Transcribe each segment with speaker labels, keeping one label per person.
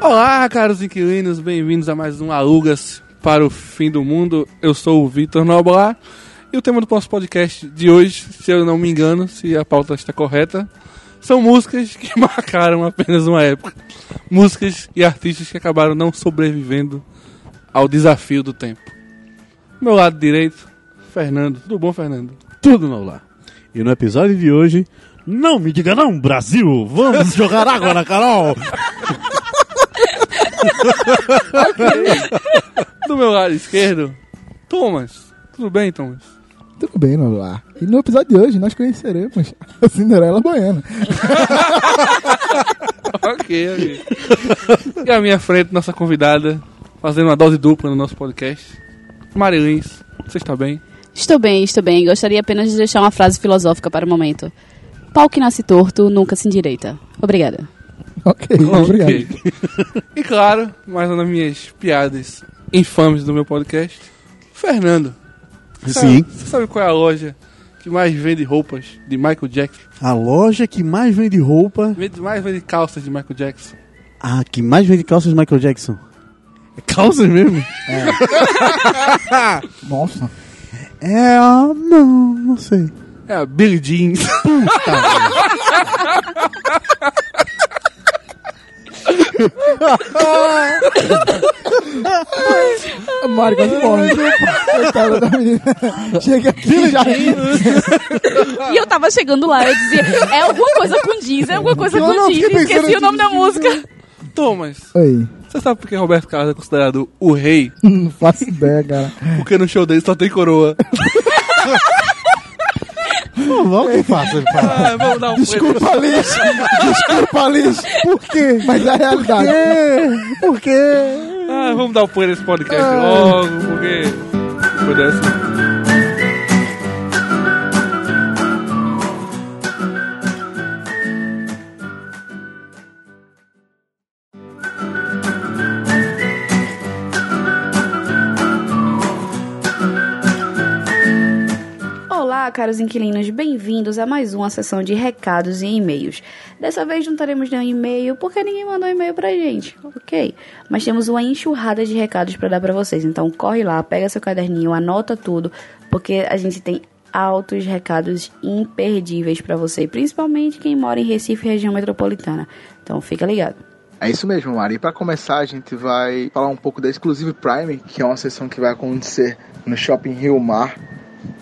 Speaker 1: Olá, caros inquilinos, bem-vindos a mais um Alugas para o Fim do Mundo. Eu sou o Vitor Noblar e o tema do nosso podcast de hoje, se eu não me engano, se a pauta está correta, são músicas que marcaram apenas uma época. Músicas e artistas que acabaram não sobrevivendo ao desafio do tempo. Meu lado direito, Fernando. Tudo bom, Fernando?
Speaker 2: tudo no lá. E no episódio de hoje, não me diga não, Brasil! Vamos jogar água na Carol!
Speaker 1: Do meu lado esquerdo, Thomas. Tudo bem, Thomas?
Speaker 3: Tudo bem, Nolá. E no episódio de hoje nós conheceremos a Cinderela Baiana.
Speaker 1: Ok, ok. E à minha frente, nossa convidada, fazendo uma dose dupla no nosso podcast. Marilins, você está bem?
Speaker 4: Estou bem, estou bem. Gostaria apenas de deixar uma frase filosófica para o momento. Pau que nasce torto, nunca se endireita. Obrigada.
Speaker 3: Ok, obrigado.
Speaker 1: Ok. E claro, mais uma das minhas piadas infames do meu podcast. Fernando, sabe-
Speaker 2: Sim,
Speaker 1: você sabe qual é a loja que mais vende roupas de Michael Jackson?
Speaker 2: a loja que mais vende roupa.
Speaker 1: Vende- Mais vende calças de Michael Jackson?
Speaker 2: Ah, que mais vende calças Michael Jackson. É calças mesmo?
Speaker 3: Nossa.
Speaker 2: É, ah, não, não sei.
Speaker 1: É a Billie Jean.
Speaker 3: A Mari quase morre. Coitada da menina. Chega aqui já.
Speaker 4: E eu tava chegando lá, eu dizia, é alguma coisa com jeans, é alguma coisa
Speaker 3: Não,
Speaker 4: com
Speaker 3: não,
Speaker 4: jeans.
Speaker 3: fiquei pensando
Speaker 4: Esqueci o nome da música.
Speaker 1: Thomas,
Speaker 3: Oi,
Speaker 1: você sabe por que Roberto Carlos é considerado o rei?
Speaker 3: não faço ideia, cara.
Speaker 1: Porque no show dele só tem coroa.
Speaker 2: Não, logo que faça. cara.
Speaker 1: Ah, vamos dar um
Speaker 3: Desculpa, Liz. Desculpa, Liz. Por quê? Mas é a realidade.
Speaker 2: Por quê?
Speaker 1: Ah, vamos dar o play nesse podcast logo, porque. Depois dessa.
Speaker 5: Olá, caros inquilinos, bem-vindos a mais uma sessão de recados e e-mails. Dessa vez não teremos nenhum e-mail porque ninguém mandou um e-mail pra gente, ok? Mas temos uma enxurrada de recados pra dar pra vocês, então corre lá, pega seu caderninho, anota tudo, porque a gente tem altos recados imperdíveis pra você, principalmente quem mora em Recife, região metropolitana. Então fica ligado.
Speaker 6: É isso mesmo, Mari. E para começar, a gente vai falar um pouco da Exclusive Prime, que é uma sessão que vai acontecer no Shopping Rio Mar,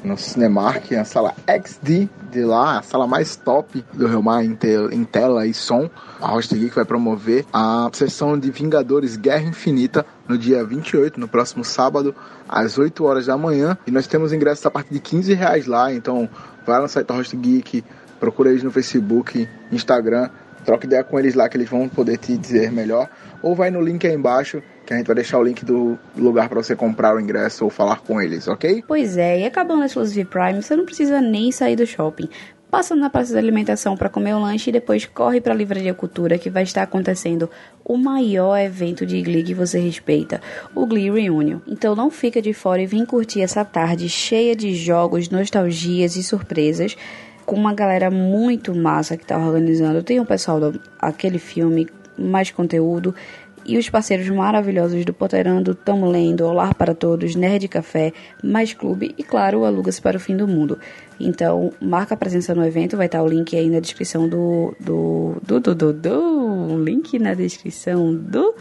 Speaker 6: no Cinemark, na sala XD de lá, a sala mais top do Rio Mar em, te- em tela e som. A Host Geek vai promover a sessão de Vingadores Guerra Infinita no dia 28, no próximo sábado, às 8 horas da manhã. E nós temos ingressos a partir de 15 reais lá, então vai no site da Host Geek, procura eles no Facebook, Instagram, troca ideia com eles lá que eles vão poder te dizer melhor. Ou vai no link aí embaixo, que a gente vai deixar o link do lugar para você comprar o ingresso ou falar com eles, ok?
Speaker 5: Pois é, e acabando a Exclusive Prime, você não precisa nem sair do shopping. Passa na praça de alimentação para comer o lanche e depois corre para a Livraria Cultura, que vai estar acontecendo o maior evento de Glee que você respeita, o Glee Reunion. Então não fica de fora e vem curtir essa tarde cheia de jogos, nostalgias e surpresas com uma galera muito massa que tá organizando. Tem o pessoal do aquele filme, mais conteúdo e os parceiros maravilhosos do Poterando, Tamo Lendo, Olar para Todos, Nerd Café, Mais Clube e, claro, o Aluga-se para o Fim do Mundo. Então, marca a presença no evento, vai estar o link aí na descrição do. do. do. do. do. do link na descrição do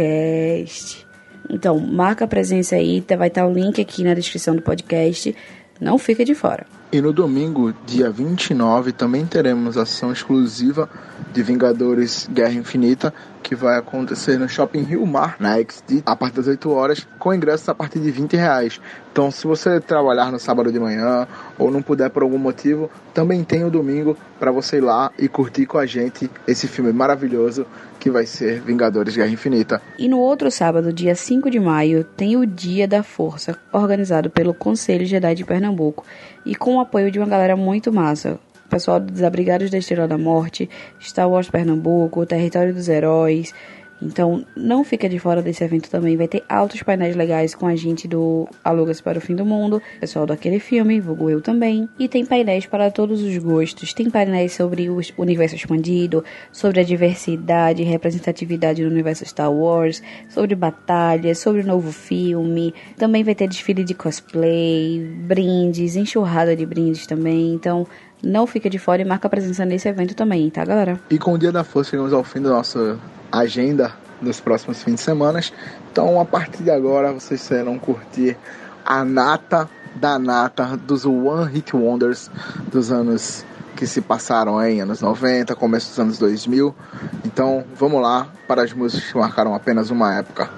Speaker 5: podcast. Então, marca a presença aí, tá- vai estar o link aqui na descrição do podcast. Não fica de fora.
Speaker 6: E no domingo, dia 29, também teremos a ação exclusiva de Vingadores Guerra Infinita, que vai acontecer no Shopping Rio Mar, na XD, a partir das 8 horas, com ingressos a partir de 20 reais. Então, se você trabalhar no sábado de manhã ou não puder por algum motivo, também tem o domingo para você ir lá e curtir com a gente esse filme maravilhoso que vai ser Vingadores Guerra Infinita.
Speaker 5: E no outro sábado, dia 5 de maio, tem o Dia da Força, organizado pelo Conselho Jedi de Pernambuco e com o apoio de uma galera muito massa. O pessoal do Desabrigados da Estrela da Morte, Star Wars Pernambuco, Território dos Heróis, Então, não fica de fora desse evento também. Vai ter altos painéis legais com a gente do Alugas para o Fim do Mundo, pessoal do Aquele Filme, vulgo eu também. E tem painéis para todos os gostos. Tem painéis sobre o universo expandido, sobre a diversidade e representatividade no universo Star Wars, sobre batalhas, sobre o novo filme. Também vai ter desfile de cosplay, brindes, enxurrada de brindes também. Então, não fica de fora e marca presença nesse evento também, tá, galera?
Speaker 6: E com o Dia da Força chegamos ao fim da nossa agenda dos próximos fins de semana. Então, a partir de agora, vocês serão curtir a nata da nata dos One Hit Wonders dos anos que se passaram em anos 90, começo dos anos 2000. Então, vamos lá para as músicas que marcaram apenas uma época.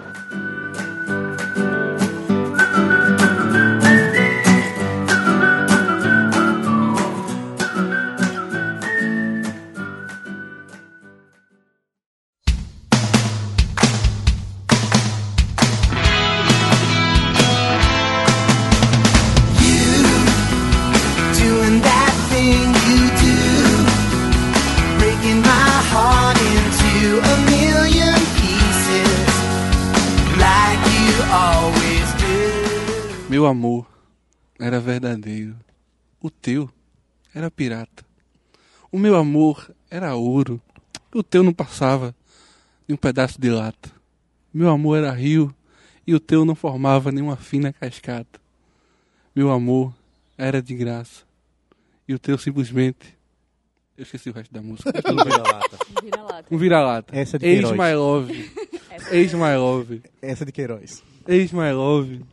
Speaker 7: Doing that thing you do, breaking my heart into a million pieces, like you always do.
Speaker 1: Meu amor era verdadeiro. O teu era pirata. O meu amor era ouro. O teu não passava de um pedaço de lata. Meu amor era rio e o teu não formava nenhuma fina cascata. Meu amor era de graça e o teu simplesmente. Eu esqueci o resto da música. mas tudo bem. Um vira-lata.
Speaker 8: Essa é de
Speaker 1: Ex
Speaker 8: Queiroz.
Speaker 1: my love. Ex my love.
Speaker 8: Essa é de Queiroz.
Speaker 1: Ex my love.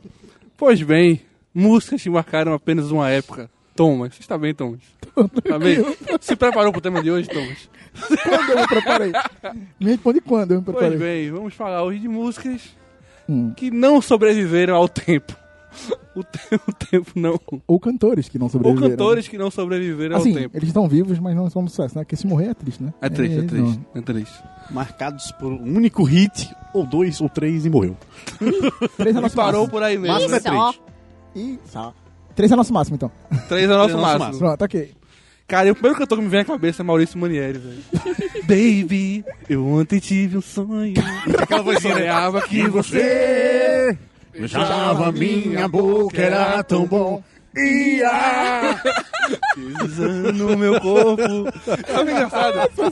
Speaker 1: Pois bem, músicas que marcaram apenas uma época. Thomas, você está bem, Thomas? Está bem? Se preparou para o tema de hoje, Thomas?
Speaker 3: Quando eu me preparei? Me responde quando eu me
Speaker 1: Pois é.
Speaker 3: preparei.
Speaker 1: bem, vamos falar hoje de músicas
Speaker 3: Hum.
Speaker 1: que não sobreviveram ao tempo. O, te- o tempo não.
Speaker 3: Ou cantores que não
Speaker 1: Ou
Speaker 3: sobreviveram. né?
Speaker 1: cantores que não sobreviveram
Speaker 3: Assim,
Speaker 1: ao tempo.
Speaker 3: eles estão vivos, mas não são sucesso, né? Porque se morrer é triste, né?
Speaker 1: É triste, é
Speaker 3: não.
Speaker 1: triste, é triste.
Speaker 2: Marcados por um único hit, ou dois, ou três, e morreu.
Speaker 3: Três é nosso
Speaker 1: Parou
Speaker 3: máximo.
Speaker 1: por aí mesmo.
Speaker 2: Máximo
Speaker 1: né?
Speaker 2: é
Speaker 4: Isso, ó.
Speaker 2: três.
Speaker 3: E... Três é nosso máximo, então.
Speaker 1: Três é
Speaker 2: Três
Speaker 1: o nosso
Speaker 2: é o nosso
Speaker 1: máximo.
Speaker 3: Pronto, tá ok.
Speaker 1: Cara, e o primeiro cantor que me vem à cabeça é Maurício Manieri, velho. Baby, eu ontem tive um sonho. Aquela voz sonhava que você.
Speaker 2: Beijava minha boca, era tão bom. Ia!
Speaker 1: no meu corpo. é. Sabe o que é engraçado? Sabe
Speaker 3: um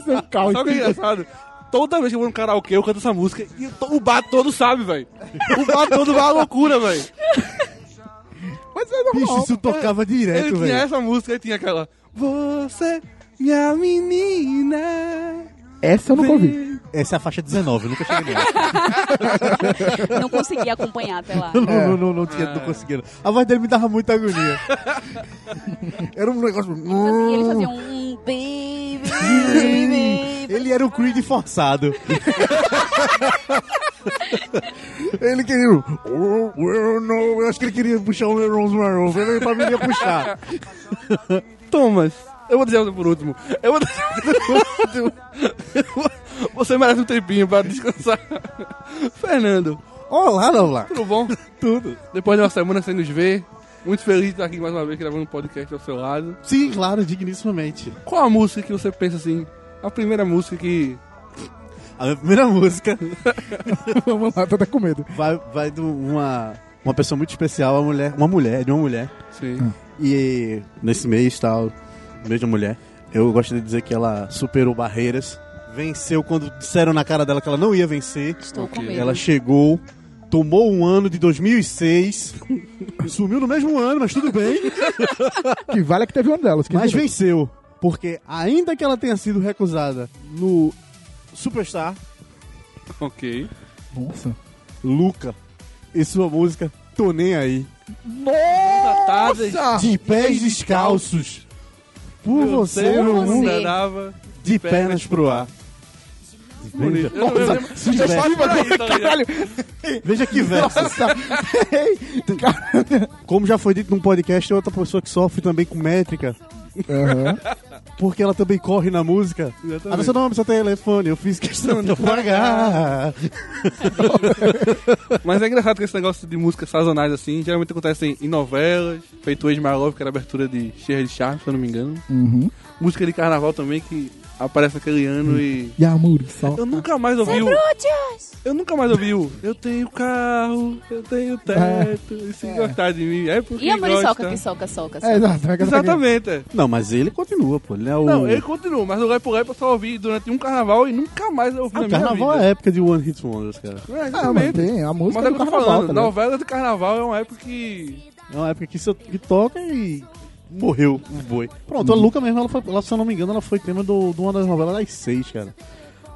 Speaker 1: o que é engraçado? Toda vez que eu vou no karaokê, eu canto essa música e to- o bar todo sabe, velho. O bar todo vai à loucura, velho.
Speaker 3: Mas é normal.
Speaker 2: Bicho, isso tocava
Speaker 1: Ele
Speaker 2: direto,
Speaker 1: tinha
Speaker 2: velho.
Speaker 1: essa música, ele tinha aquela. Você, minha menina.
Speaker 3: Essa eu nunca ouvi.
Speaker 8: Essa é a faixa 19, eu nunca cheguei nela.
Speaker 4: Não consegui acompanhar até lá.
Speaker 8: Não, não, não, não, tinha, não conseguia. não. A voz dele me dava muita agonia. Era um negócio.
Speaker 4: Assim, ele fazia um um baby, baby.
Speaker 8: Ele era o Creed forçado. ele queria. o- Oh, well, no. Eu acho que ele queria puxar o Ron's Marrove. Ele pra mim ele ia puxar.
Speaker 1: Thomas, eu vou dizer você por último. Eu vou dizer você por último. Você merece um tempinho pra descansar. Fernando,
Speaker 8: Olá, não lá.
Speaker 1: tudo bom?
Speaker 8: Tudo.
Speaker 1: Depois de uma semana sem nos ver, muito feliz de estar aqui mais uma vez gravando um podcast ao seu lado.
Speaker 2: Sim, claro, dignissimamente.
Speaker 1: Qual a música que você pensa assim? A primeira música que.
Speaker 8: A minha primeira música
Speaker 3: Vamos lá, tô até com medo.
Speaker 8: vai, vai de uma, uma pessoa muito especial, uma mulher, uma mulher, de uma mulher.
Speaker 1: Sim.
Speaker 8: E nesse mês, tal, mês da mulher, eu gosto de dizer que ela superou barreiras, venceu quando disseram na cara dela que ela não ia vencer.
Speaker 4: Estou com medo.
Speaker 8: Ela chegou, tomou um ano de 2006, sumiu no mesmo ano, mas tudo bem,
Speaker 3: Que vale é que teve um delas. que
Speaker 8: mas
Speaker 3: virou.
Speaker 8: venceu. Porque ainda que ela tenha sido recusada no Superstar,
Speaker 1: Ok.
Speaker 3: Nossa.
Speaker 8: Luca e sua música Tô Nem Aí.
Speaker 1: Tratadas
Speaker 4: Ah,
Speaker 8: De pés descalços, por você
Speaker 4: Deus,
Speaker 8: no
Speaker 4: você.
Speaker 8: mundo,
Speaker 1: Dava
Speaker 8: de pernas pro ar. Veja,
Speaker 1: Eu, eu lembro
Speaker 8: se tiver-
Speaker 1: aí, tá ligado?
Speaker 8: veja que verso. Como já foi dito num podcast, tem outra pessoa que sofre também com métrica,
Speaker 3: Aham.
Speaker 8: porque ela também corre na música.
Speaker 1: Exatamente.
Speaker 8: A pessoa não, seu telefone, eu fiz questão de pagar.
Speaker 1: Mas é engraçado que esse negócio de músicas sazonais assim, geralmente acontecem em novelas, feito ex Love, que era abertura de Cheia de Charme, se eu não me engano.
Speaker 3: Uhum.
Speaker 1: Música de carnaval também, que aparece aquele ano e.
Speaker 3: Yamuri, só.
Speaker 1: Eu nunca mais ouvi o. Eu nunca mais ouvi o. Eu tenho carro, eu
Speaker 3: É.
Speaker 1: tenho teto, e se gostar de mim. É porque
Speaker 5: E a muriçoca
Speaker 4: Tá.
Speaker 1: gosta.
Speaker 5: que soca, soca,
Speaker 3: É,
Speaker 5: soca.
Speaker 3: exato. é que eu tô aqui.
Speaker 1: Exatamente. é.
Speaker 8: Não, mas ele continua, pô. Ele é o.
Speaker 1: Não, ele continua, mas o Lepo Lepo eu só ouvi durante um carnaval e nunca mais eu ouvi na
Speaker 8: O
Speaker 1: minha
Speaker 8: carnaval
Speaker 1: vida.
Speaker 8: é a época de One Hit Wonders, cara.
Speaker 1: É,
Speaker 3: Ah, mas
Speaker 1: exatamente.
Speaker 3: tem a música
Speaker 1: Mas é o
Speaker 3: do
Speaker 1: que eu tô
Speaker 3: carnaval,
Speaker 1: falando,
Speaker 3: tá ligado?
Speaker 1: novela do carnaval é uma época que.
Speaker 8: É uma época que você que toca e morreu o boi. Pronto, a Luca mesmo, ela foi, ela, se eu não me engano, ela foi tema do- de uma das novelas das seis, cara.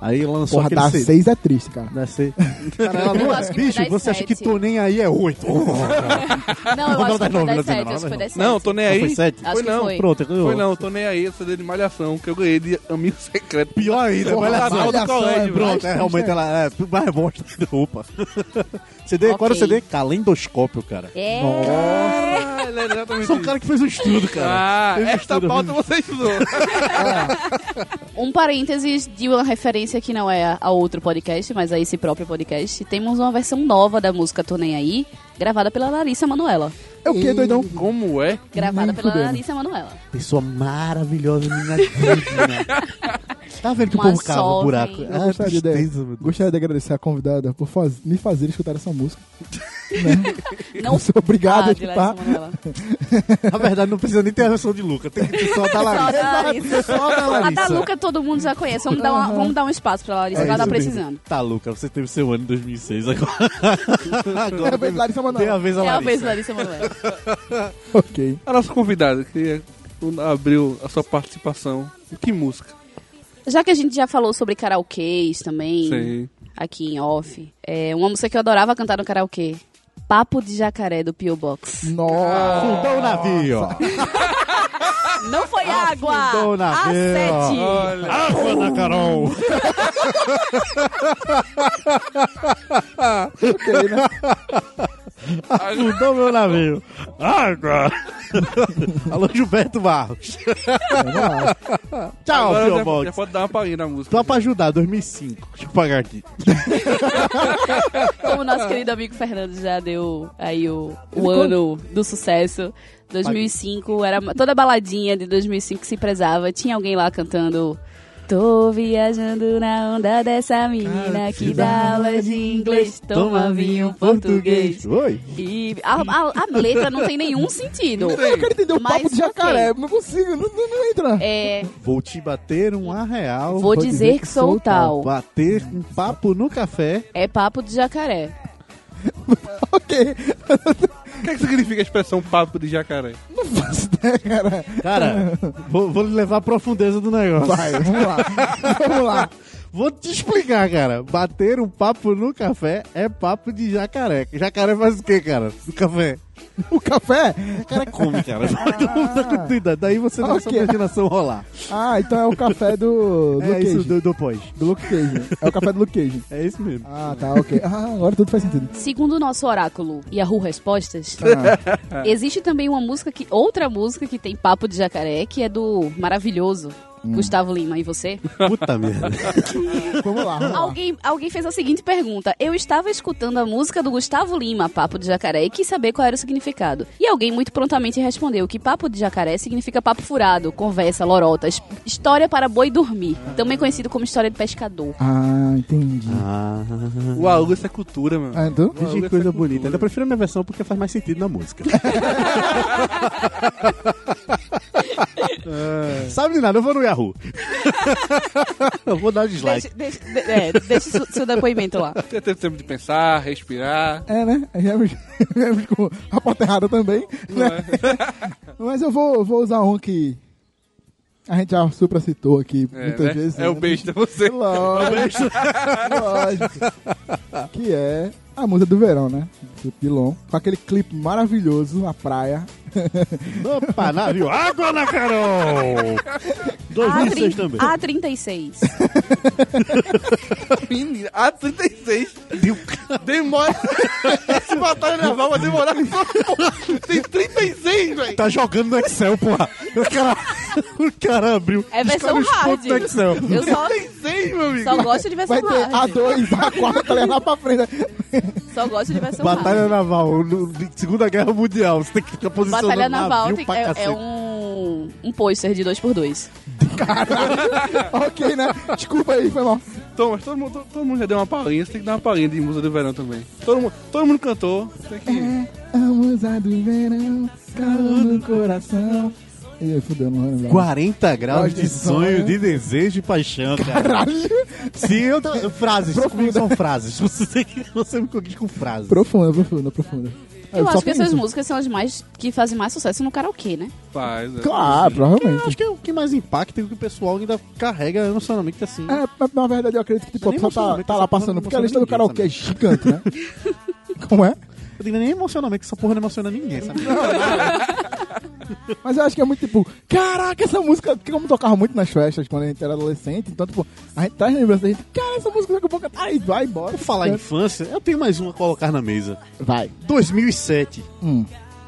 Speaker 8: Aí ela lançou
Speaker 3: Porra,
Speaker 8: aquele
Speaker 3: dar
Speaker 8: CD.
Speaker 3: seis é triste, cara.
Speaker 8: Dá seis. Cara, ela
Speaker 5: Eu
Speaker 8: não-
Speaker 5: acho que foi
Speaker 8: bicho,
Speaker 5: das
Speaker 8: você acha que
Speaker 5: sete.
Speaker 8: tô nem aí é oito.
Speaker 5: Não, eu acho que foi
Speaker 8: Novela da
Speaker 5: das sete, acho que foi
Speaker 8: novela,
Speaker 5: das sete.
Speaker 1: Não, tô nem aí.
Speaker 8: Foi sete?
Speaker 5: Acho
Speaker 1: Foi
Speaker 5: que
Speaker 1: não.
Speaker 5: foi.
Speaker 8: Pronto, eu-
Speaker 1: Foi não, tô nem aí, essa dele malhação, que eu ganhei de amigo secreto.
Speaker 8: Pior ainda,
Speaker 1: Porra,
Speaker 8: olha só.
Speaker 1: Malhação
Speaker 8: do
Speaker 1: é
Speaker 8: colégio,
Speaker 1: mais
Speaker 8: Pronto, é,
Speaker 3: triste,
Speaker 8: realmente
Speaker 3: né?
Speaker 8: ela é mais bosta. Opa. CD, qual era o
Speaker 5: Ok.
Speaker 8: CD? Calendoscópio, cara.
Speaker 5: É.
Speaker 1: Caralho, é exatamente
Speaker 8: Sou um
Speaker 1: isso.
Speaker 8: cara que fez um estudo, cara.
Speaker 1: Ah,
Speaker 8: Fez um
Speaker 1: esta
Speaker 8: estudo.
Speaker 1: pauta você estudou.
Speaker 5: Um parênteses de uma referência que não é a- a outro podcast, mas a esse próprio podcast. Temos uma versão nova da música Tô Nem Aí, gravada pela Larissa Manoela.
Speaker 3: É o que, doidão?
Speaker 1: Como é?
Speaker 5: Gravada
Speaker 3: Nem
Speaker 5: pela
Speaker 3: fudendo.
Speaker 5: Larissa Manoela.
Speaker 8: Pessoa maravilhosa, menina digna. Tá vendo que o
Speaker 5: Uma
Speaker 8: povo cava o
Speaker 5: jovem.
Speaker 8: buraco?
Speaker 5: Eu
Speaker 8: Ah,
Speaker 3: Eu gostaria,
Speaker 8: tristeza,
Speaker 3: de,
Speaker 8: meu Deus.
Speaker 3: gostaria de agradecer a convidada por faz- me fazer escutar essa música.
Speaker 5: Não
Speaker 3: sou obrigado a
Speaker 5: de
Speaker 3: escutar.
Speaker 5: Larissa Manoela.
Speaker 8: Na verdade, não precisa nem ter a versão de Luca. Tem que ter só da
Speaker 5: Só
Speaker 8: Larissa.
Speaker 5: da Larissa.
Speaker 8: Só da
Speaker 5: A da
Speaker 8: Larissa.
Speaker 5: Luca tá todo mundo já conhece. Vamos, dar, uma- vamos dar um espaço pra Larissa,
Speaker 8: É
Speaker 5: que ela tá
Speaker 8: isso mesmo.
Speaker 5: precisando.
Speaker 8: Tá, Luca, você teve seu ano em 2006 agora.
Speaker 3: É,
Speaker 8: agora
Speaker 3: Larissa
Speaker 8: tem a
Speaker 3: Manoela.
Speaker 8: vez a
Speaker 5: É a vez
Speaker 8: Larissa.
Speaker 5: da Larissa Manoela.
Speaker 3: Ok.
Speaker 1: A nossa convidada, que é abriu a sua participação. Que música?
Speaker 5: Já que a gente já falou sobre karaokês também,
Speaker 1: Sim.
Speaker 5: aqui em off, é uma música que eu adorava cantar no karaokê. Papo de Jacaré, do P.O. Box.
Speaker 3: Nossa.
Speaker 8: Fundou Então, o navio.
Speaker 5: Não foi água!
Speaker 8: Afundou na
Speaker 5: A7!
Speaker 1: Olha,
Speaker 8: Água na Carol. Afundou meu navio. Água. Alô, Gilberto Barros. Tchau,
Speaker 1: agora já,
Speaker 8: Pio
Speaker 1: já
Speaker 8: Ah, Box. Então,
Speaker 1: pode dar uma palhinha na música.
Speaker 8: Só pra ajudar, 2005. Deixa eu pagar aqui.
Speaker 5: Como o nosso querido amigo Fernando já deu aí o, o ano do sucesso. 2005, era uma- toda baladinha de 2005 que se prezava. Tinha alguém lá cantando... Tô viajando na onda dessa menina que dá aula de inglês, toma vinho português.
Speaker 8: Oi.
Speaker 5: E a, a- a letra não tem nenhum sentido.
Speaker 3: Eu quero entender o
Speaker 5: Mas
Speaker 3: papo de
Speaker 5: ok.
Speaker 3: jacaré. Não consigo, não, não, não entra.
Speaker 5: É,
Speaker 8: Vou te bater um arreal.
Speaker 5: vou dizer que sou tal.
Speaker 8: bater um papo no café.
Speaker 5: É papo de jacaré.
Speaker 3: Ok.
Speaker 1: O que, é que significa a expressão papo de jacaré?
Speaker 3: Cara,
Speaker 8: Cara, vou, vou lhe levar à profundeza do negócio.
Speaker 3: vai, vamos lá. Vamos lá.
Speaker 8: Vou te explicar, cara. Bater um papo no café é papo de jacaré. Jacaré faz o quê, cara? No café.
Speaker 3: O café? Ah.
Speaker 8: Jacaré come, cara. Não dá continuidade. Daí você deixa a sua
Speaker 3: Ok.
Speaker 8: imaginação rolar.
Speaker 3: Ah, então é o café do, do
Speaker 8: é
Speaker 3: Cage.
Speaker 8: isso do, do pós.
Speaker 3: Do Luke Cage. É o café do Luke Cage.
Speaker 8: É isso mesmo.
Speaker 3: Ah, tá, ok. Ah, agora tudo faz sentido.
Speaker 5: Segundo o nosso oráculo Yahoo Respostas,
Speaker 3: Ah.
Speaker 5: existe também uma música que. outra música que tem papo de jacaré, que é do maravilhoso
Speaker 3: Hum.
Speaker 5: Gustavo Lima e você.
Speaker 8: Puta merda.
Speaker 3: Vamos lá, vamos lá.
Speaker 5: Alguém, alguém fez a seguinte pergunta. Eu estava escutando a música do Gustavo Lima, Papo de Jacaré, e quis saber qual era o significado. E alguém muito prontamente respondeu que papo de jacaré significa papo furado, conversa, lorota, his- história para boi dormir. Também conhecido como história de pescador.
Speaker 3: Ah, entendi.
Speaker 8: Ah,
Speaker 1: O Aluga, isso é cultura, mano.
Speaker 3: Ah, então?
Speaker 5: É,
Speaker 8: que coisa bonita. Ainda prefiro a minha versão porque faz mais sentido na música. É. Sabe de nada, eu vou no Yahoo. eu vou dar dislike.
Speaker 5: Deixa, deixa, de- é, deixa seu- seu depoimento lá.
Speaker 1: Você teve tempo de pensar, respirar.
Speaker 3: É, né? Aí Viemos, viemos com a porta errada também. né?
Speaker 1: é.
Speaker 3: Mas eu vou, vou usar um que a gente já supra citou aqui
Speaker 1: É,
Speaker 3: muitas
Speaker 1: né?
Speaker 3: vezes.
Speaker 1: é o
Speaker 3: né?
Speaker 1: besta você.
Speaker 3: Lógico. Lógico. Que é a música do verão, né? Do Pilon. Com aquele clipe maravilhoso na praia.
Speaker 8: Opa, navio, água na Carol! 2006 também.
Speaker 5: A36.
Speaker 1: Menina, A36. Demora. Esse batalha é naval vai demorar só. então, Tem 36, velho.
Speaker 8: Tá jogando no Excel, porra. O cara, o cara abriu.
Speaker 5: É versão
Speaker 8: os caras
Speaker 5: hard.
Speaker 8: pontos no Excel.
Speaker 5: Eu só,
Speaker 1: 36, meu amigo.
Speaker 5: só gosto de
Speaker 3: Vai
Speaker 5: versão
Speaker 3: ter
Speaker 5: hard.
Speaker 3: A2, A4, tá ligado lá pra frente.
Speaker 5: Só gosto de versão
Speaker 8: Batalha
Speaker 5: hard.
Speaker 8: naval, no- Segunda Guerra Mundial. Você tem que ficar posicionando
Speaker 5: Batalha Naval
Speaker 8: navio
Speaker 5: tem-
Speaker 8: pra
Speaker 5: é, é
Speaker 8: cacete.
Speaker 5: um
Speaker 4: um, um pôster de 2x2.
Speaker 3: ok, né? Desculpa aí, foi mal.
Speaker 1: Então, mas todo mundo, todo, todo mundo já deu uma palhinha, você tem que dar uma palhinha de música do verão também. Todo mundo, todo mundo cantou, tem que.
Speaker 4: É,
Speaker 3: Amusado em verão, calor no coração. E aí, fudeu, não lembro.
Speaker 8: 40 graus
Speaker 3: Gosto
Speaker 8: de
Speaker 3: de
Speaker 8: sonho,
Speaker 3: sonho.
Speaker 8: de desejo e paixão, cara.
Speaker 3: Caralho!
Speaker 8: Sim, eu tô... frases.
Speaker 3: Profunda.
Speaker 8: Comigo são frases. Você, tem que- você me conquista com frases.
Speaker 3: Profunda, profunda, profunda.
Speaker 8: É,
Speaker 4: Eu,
Speaker 3: só
Speaker 4: acho que
Speaker 3: penso.
Speaker 4: essas músicas são as mais que fazem mais sucesso no karaokê, né?
Speaker 1: Faz, é.
Speaker 3: Claro,
Speaker 8: Eu
Speaker 3: provavelmente.
Speaker 8: acho que é o que mais impacta e o que o pessoal ainda carrega emocionalmente assim.
Speaker 3: É, mas na verdade eu acredito que tipo,
Speaker 8: Eu
Speaker 3: a
Speaker 8: nem
Speaker 3: pessoa tá,
Speaker 8: emociono,
Speaker 3: tá
Speaker 8: essa
Speaker 3: lá
Speaker 8: porra
Speaker 3: passando,
Speaker 8: não
Speaker 3: porque a lista do
Speaker 8: emociona ninguém,
Speaker 3: karaokê é gigante, né? Como é?
Speaker 8: Eu digo nem emocionalmente, que essa porra não emociona ninguém, sabe?
Speaker 3: Mas eu acho que é muito tipo, caraca, essa música, que como tocava muito nas festas quando a gente era adolescente, então tipo, a gente traz lembrança da gente, cara, essa música daqui a pouco tá aí, vai embora.
Speaker 8: Por falar em infância, eu tenho mais uma a colocar na mesa.
Speaker 3: Vai.
Speaker 8: 2007.
Speaker 3: Hum.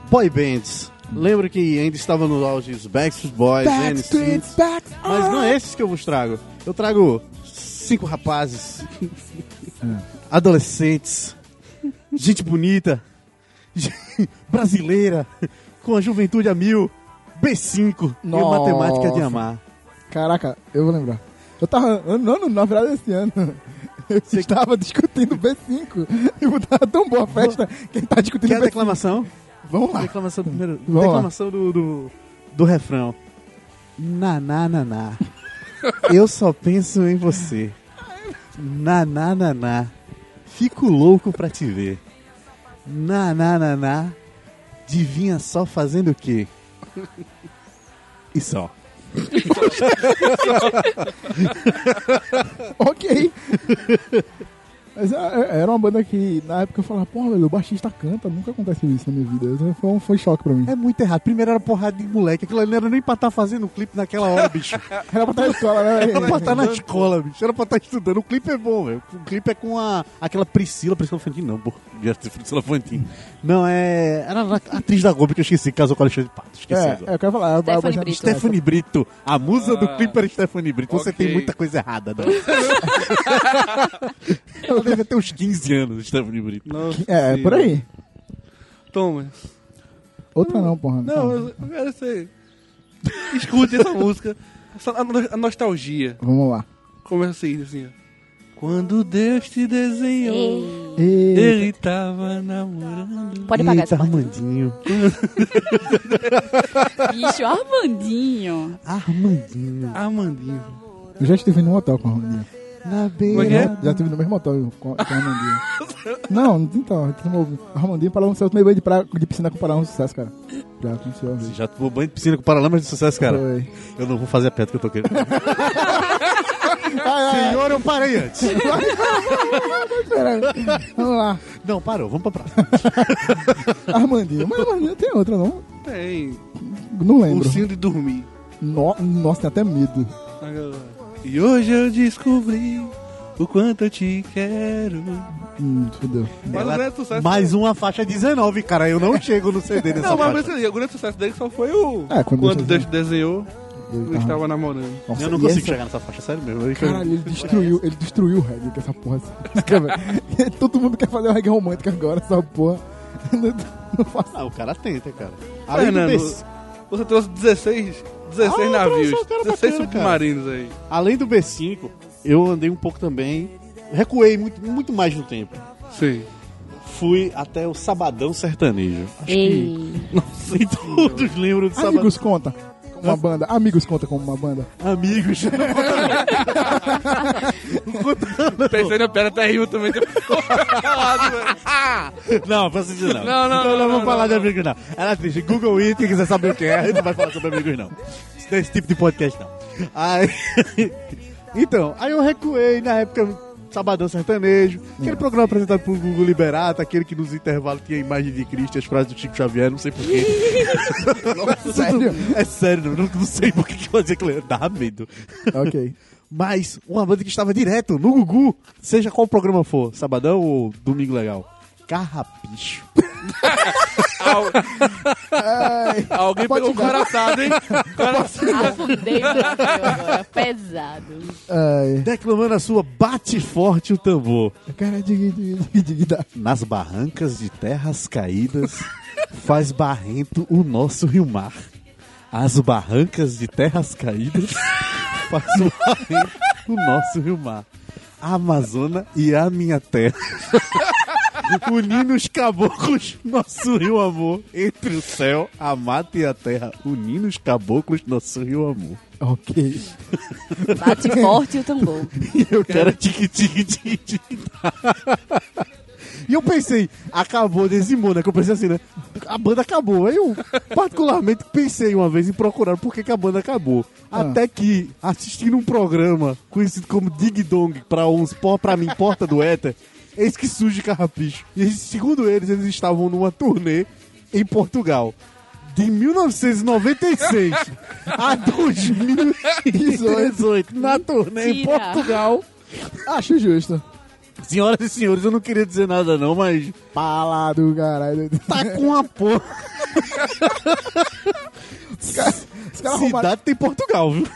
Speaker 8: Boy bands. Lembro que ainda estava no auge dos Backstreet Boys, NSYNC.
Speaker 3: Backstreets, back.
Speaker 8: Mas não é esses que eu vos trago. Eu trago cinco rapazes, adolescentes, gente bonita, gente brasileira, com a juventude a mil, B5 e
Speaker 3: Nossa.
Speaker 8: matemática de amar.
Speaker 3: Caraca, eu vou lembrar. Eu tava, eu- não, não, na verdade, esse ano, eu estava discutindo B5 e tava tão boa a festa que a gente tava discutindo
Speaker 8: Quer a
Speaker 3: B5.
Speaker 8: declamação?
Speaker 3: Vamos lá.
Speaker 8: Declamação primeiro.
Speaker 3: Vamos lá.
Speaker 8: declamação do, do, do refrão. Naná, naná. Eu só penso em você. Naná, naná. Fico louco pra te ver. Naná, naná. Divinha só fazendo o quê? E só.
Speaker 3: Ok. Mas é, é, era uma banda que na época eu falava, pô, velho, o baixista canta, nunca aconteceu isso na minha vida. Então, Foi um, foi um choque pra mim.
Speaker 8: É muito errado. Primeiro era porrada de moleque. Aquilo ali não era nem pra estar fazendo o clipe naquela hora, bicho.
Speaker 3: Era pra estar na escola,
Speaker 8: Era pra
Speaker 3: né?
Speaker 8: estar na escola, bicho. Era pra estar estudando. O clipe é bom, velho. O clipe é com a, aquela Priscila. Priscila Fantin, não, pô. Já tem Priscila Fantin. Não, é. Era a atriz da Globo que eu esqueci, que casou com o Alexandre Pato. Esqueci
Speaker 3: É,
Speaker 8: agora.
Speaker 3: é, eu quero falar. a- a
Speaker 4: Stephanie
Speaker 3: baixista-
Speaker 4: Brito.
Speaker 8: Stephanie Brito. A musa do
Speaker 1: Ah,
Speaker 8: clipe era Stephanie Brito. Então Você
Speaker 1: ok.
Speaker 8: tem muita coisa errada, né? Ela deve ter uns 15 anos, Stephanie Brito.
Speaker 1: Nossa,
Speaker 3: É, é por aí.
Speaker 1: Thomas.
Speaker 3: Outra não, porra. Então,
Speaker 1: Não, eu eu quero ser. Escute essa música. Essa- a, no- a nostalgia.
Speaker 3: Vamos lá.
Speaker 1: Começa assim, assim, ó. Quando Deus te desenhou,
Speaker 3: E...
Speaker 1: ele tava namorando.
Speaker 4: Pode pagar essa
Speaker 8: Eita,
Speaker 4: parte.
Speaker 8: Armandinho.
Speaker 4: Bicho, Armandinho.
Speaker 8: Armandinho.
Speaker 1: Armandinho.
Speaker 3: Eu já estive num hotel com a Romandinha.
Speaker 8: Na
Speaker 1: Como é que
Speaker 8: beira.
Speaker 1: é?
Speaker 3: Já estive no mesmo hotel com, com a Romandinha. não, então, a Romandinha para um sucesso, meio banho de, praia, de piscina com parar um sucesso, cara. Já aconteceu.
Speaker 8: Você já tomou banho de piscina com paralamas de sucesso, cara?
Speaker 3: Foi.
Speaker 8: Eu não vou fazer a pedra que eu tô querendo.
Speaker 3: Ai, ai,
Speaker 8: Senhor, eu parei antes.
Speaker 3: peraí. Vamos lá.
Speaker 8: Não, parou, vamos pra próxima.
Speaker 3: Armandinho. Mas Armandinho tem outra, não?
Speaker 1: Tem.
Speaker 3: Não lembro.
Speaker 1: Ursinho de dormir.
Speaker 3: No- nossa, tem até medo.
Speaker 1: E hoje eu descobri o quanto eu te quero.
Speaker 3: Hum, fudeu.
Speaker 1: Mas o grande sucesso.
Speaker 8: Mais uma faixa 19, cara. Eu não chego no CD dessa
Speaker 1: Não, mas
Speaker 8: faixa.
Speaker 1: pensa aí, o grande sucesso dele só foi o.
Speaker 8: Ah,
Speaker 3: É,
Speaker 1: quando,
Speaker 3: quando
Speaker 1: Deus
Speaker 3: Deus
Speaker 1: desenhou,
Speaker 3: Eu
Speaker 1: ele estava namorando.
Speaker 3: Nossa,
Speaker 8: Eu não
Speaker 3: e
Speaker 8: consigo
Speaker 3: essa-
Speaker 8: chegar nessa faixa, sério mesmo. Eu-
Speaker 3: Caralho, ele destruiu, ele destruiu o reggae com essa porra. dessa música, velho. Todo mundo quer fazer o reggae romântico agora, essa porra. Não, não faço.
Speaker 8: Ah, o cara tenta, cara.
Speaker 3: É,
Speaker 8: Além
Speaker 3: né,
Speaker 8: do,
Speaker 1: Fernando,
Speaker 8: B...
Speaker 1: você trouxe 16, 16
Speaker 8: Ah,
Speaker 1: navios,
Speaker 8: trouxe um cara
Speaker 1: 16
Speaker 8: bacana,
Speaker 1: submarinos aí.
Speaker 8: Além do B5, eu andei um pouco também. Recuei muito, muito mais no tempo.
Speaker 1: Sim.
Speaker 8: Fui até o Sabadão Sertanejo. Acho
Speaker 4: Ei.
Speaker 8: que todos lembram do Sabadão.
Speaker 3: Amigos conta como uma banda. Amigos conta como uma banda.
Speaker 8: Amigos.
Speaker 1: Pensei na pedra até riu também.
Speaker 8: Não, pra assistir não.
Speaker 1: Não, não,
Speaker 8: Então
Speaker 1: não, não,
Speaker 8: vamos
Speaker 1: não,
Speaker 8: falar de
Speaker 1: não.
Speaker 8: amigos, não. Ela triste. Google It, quem quiser saber o que é, a gente não vai falar sobre amigos, não. Isso não é Esse tipo de podcast, não. Aí... Então, aí eu recuei na época Sabadão Sertanejo, aquele programa apresentado por Google Liberato, aquele que nos intervalos tinha a imagem de Cristo e as frases do Chico Xavier, não sei porquê.
Speaker 3: Sério?
Speaker 8: É sério, não, não, não sei por que que fazia aquilo. Dá medo.
Speaker 3: Tá ok.
Speaker 8: Mas uma banda que estava direto no Gugu, seja qual programa for, Sabadão ou Domingo Legal. Carrapicho.
Speaker 1: Alguém
Speaker 3: Pode
Speaker 1: pegou um
Speaker 3: dar.
Speaker 1: cara assado, hein?
Speaker 4: Afundei no navio agora. Pesado.
Speaker 3: Ai.
Speaker 8: declamando a sua Bate Forte o Tambor.
Speaker 3: Cara, diga, diga, diga, diga, dá.
Speaker 8: Nas barrancas de terras caídas, faz barrento o nosso rio mar. As barrancas de terras caídas passam o nosso rio mar. A Amazônia e a minha terra. Unindo os caboclos, nosso rio amor. Entre o céu, a mata e a terra. Unindo os caboclos, nosso rio amor.
Speaker 3: Ok.
Speaker 5: Bate forte o tambor.
Speaker 8: Eu quero tique tique tique tique. E eu pensei, acabou, dizimou, né? Que eu pensei assim, né? A banda acabou. Aí eu, particularmente, pensei uma vez em procurar por que, que a banda acabou. Até que, assistindo um programa conhecido como Dig Dong, pra, uns, pó- pra mim, Porta do Éter, eis que surge Carrapicho. E segundo eles, eles estavam numa turnê em Portugal. De 1996 a 2018, na turnê em
Speaker 5: Mentira.
Speaker 8: Portugal.
Speaker 3: Acho justo.
Speaker 8: Senhoras e senhores, eu não queria dizer nada não, mas
Speaker 3: Pala do caralho.
Speaker 8: tá com a porra.
Speaker 3: Os caras arrumaram,
Speaker 8: Cidade tem Portugal, viu?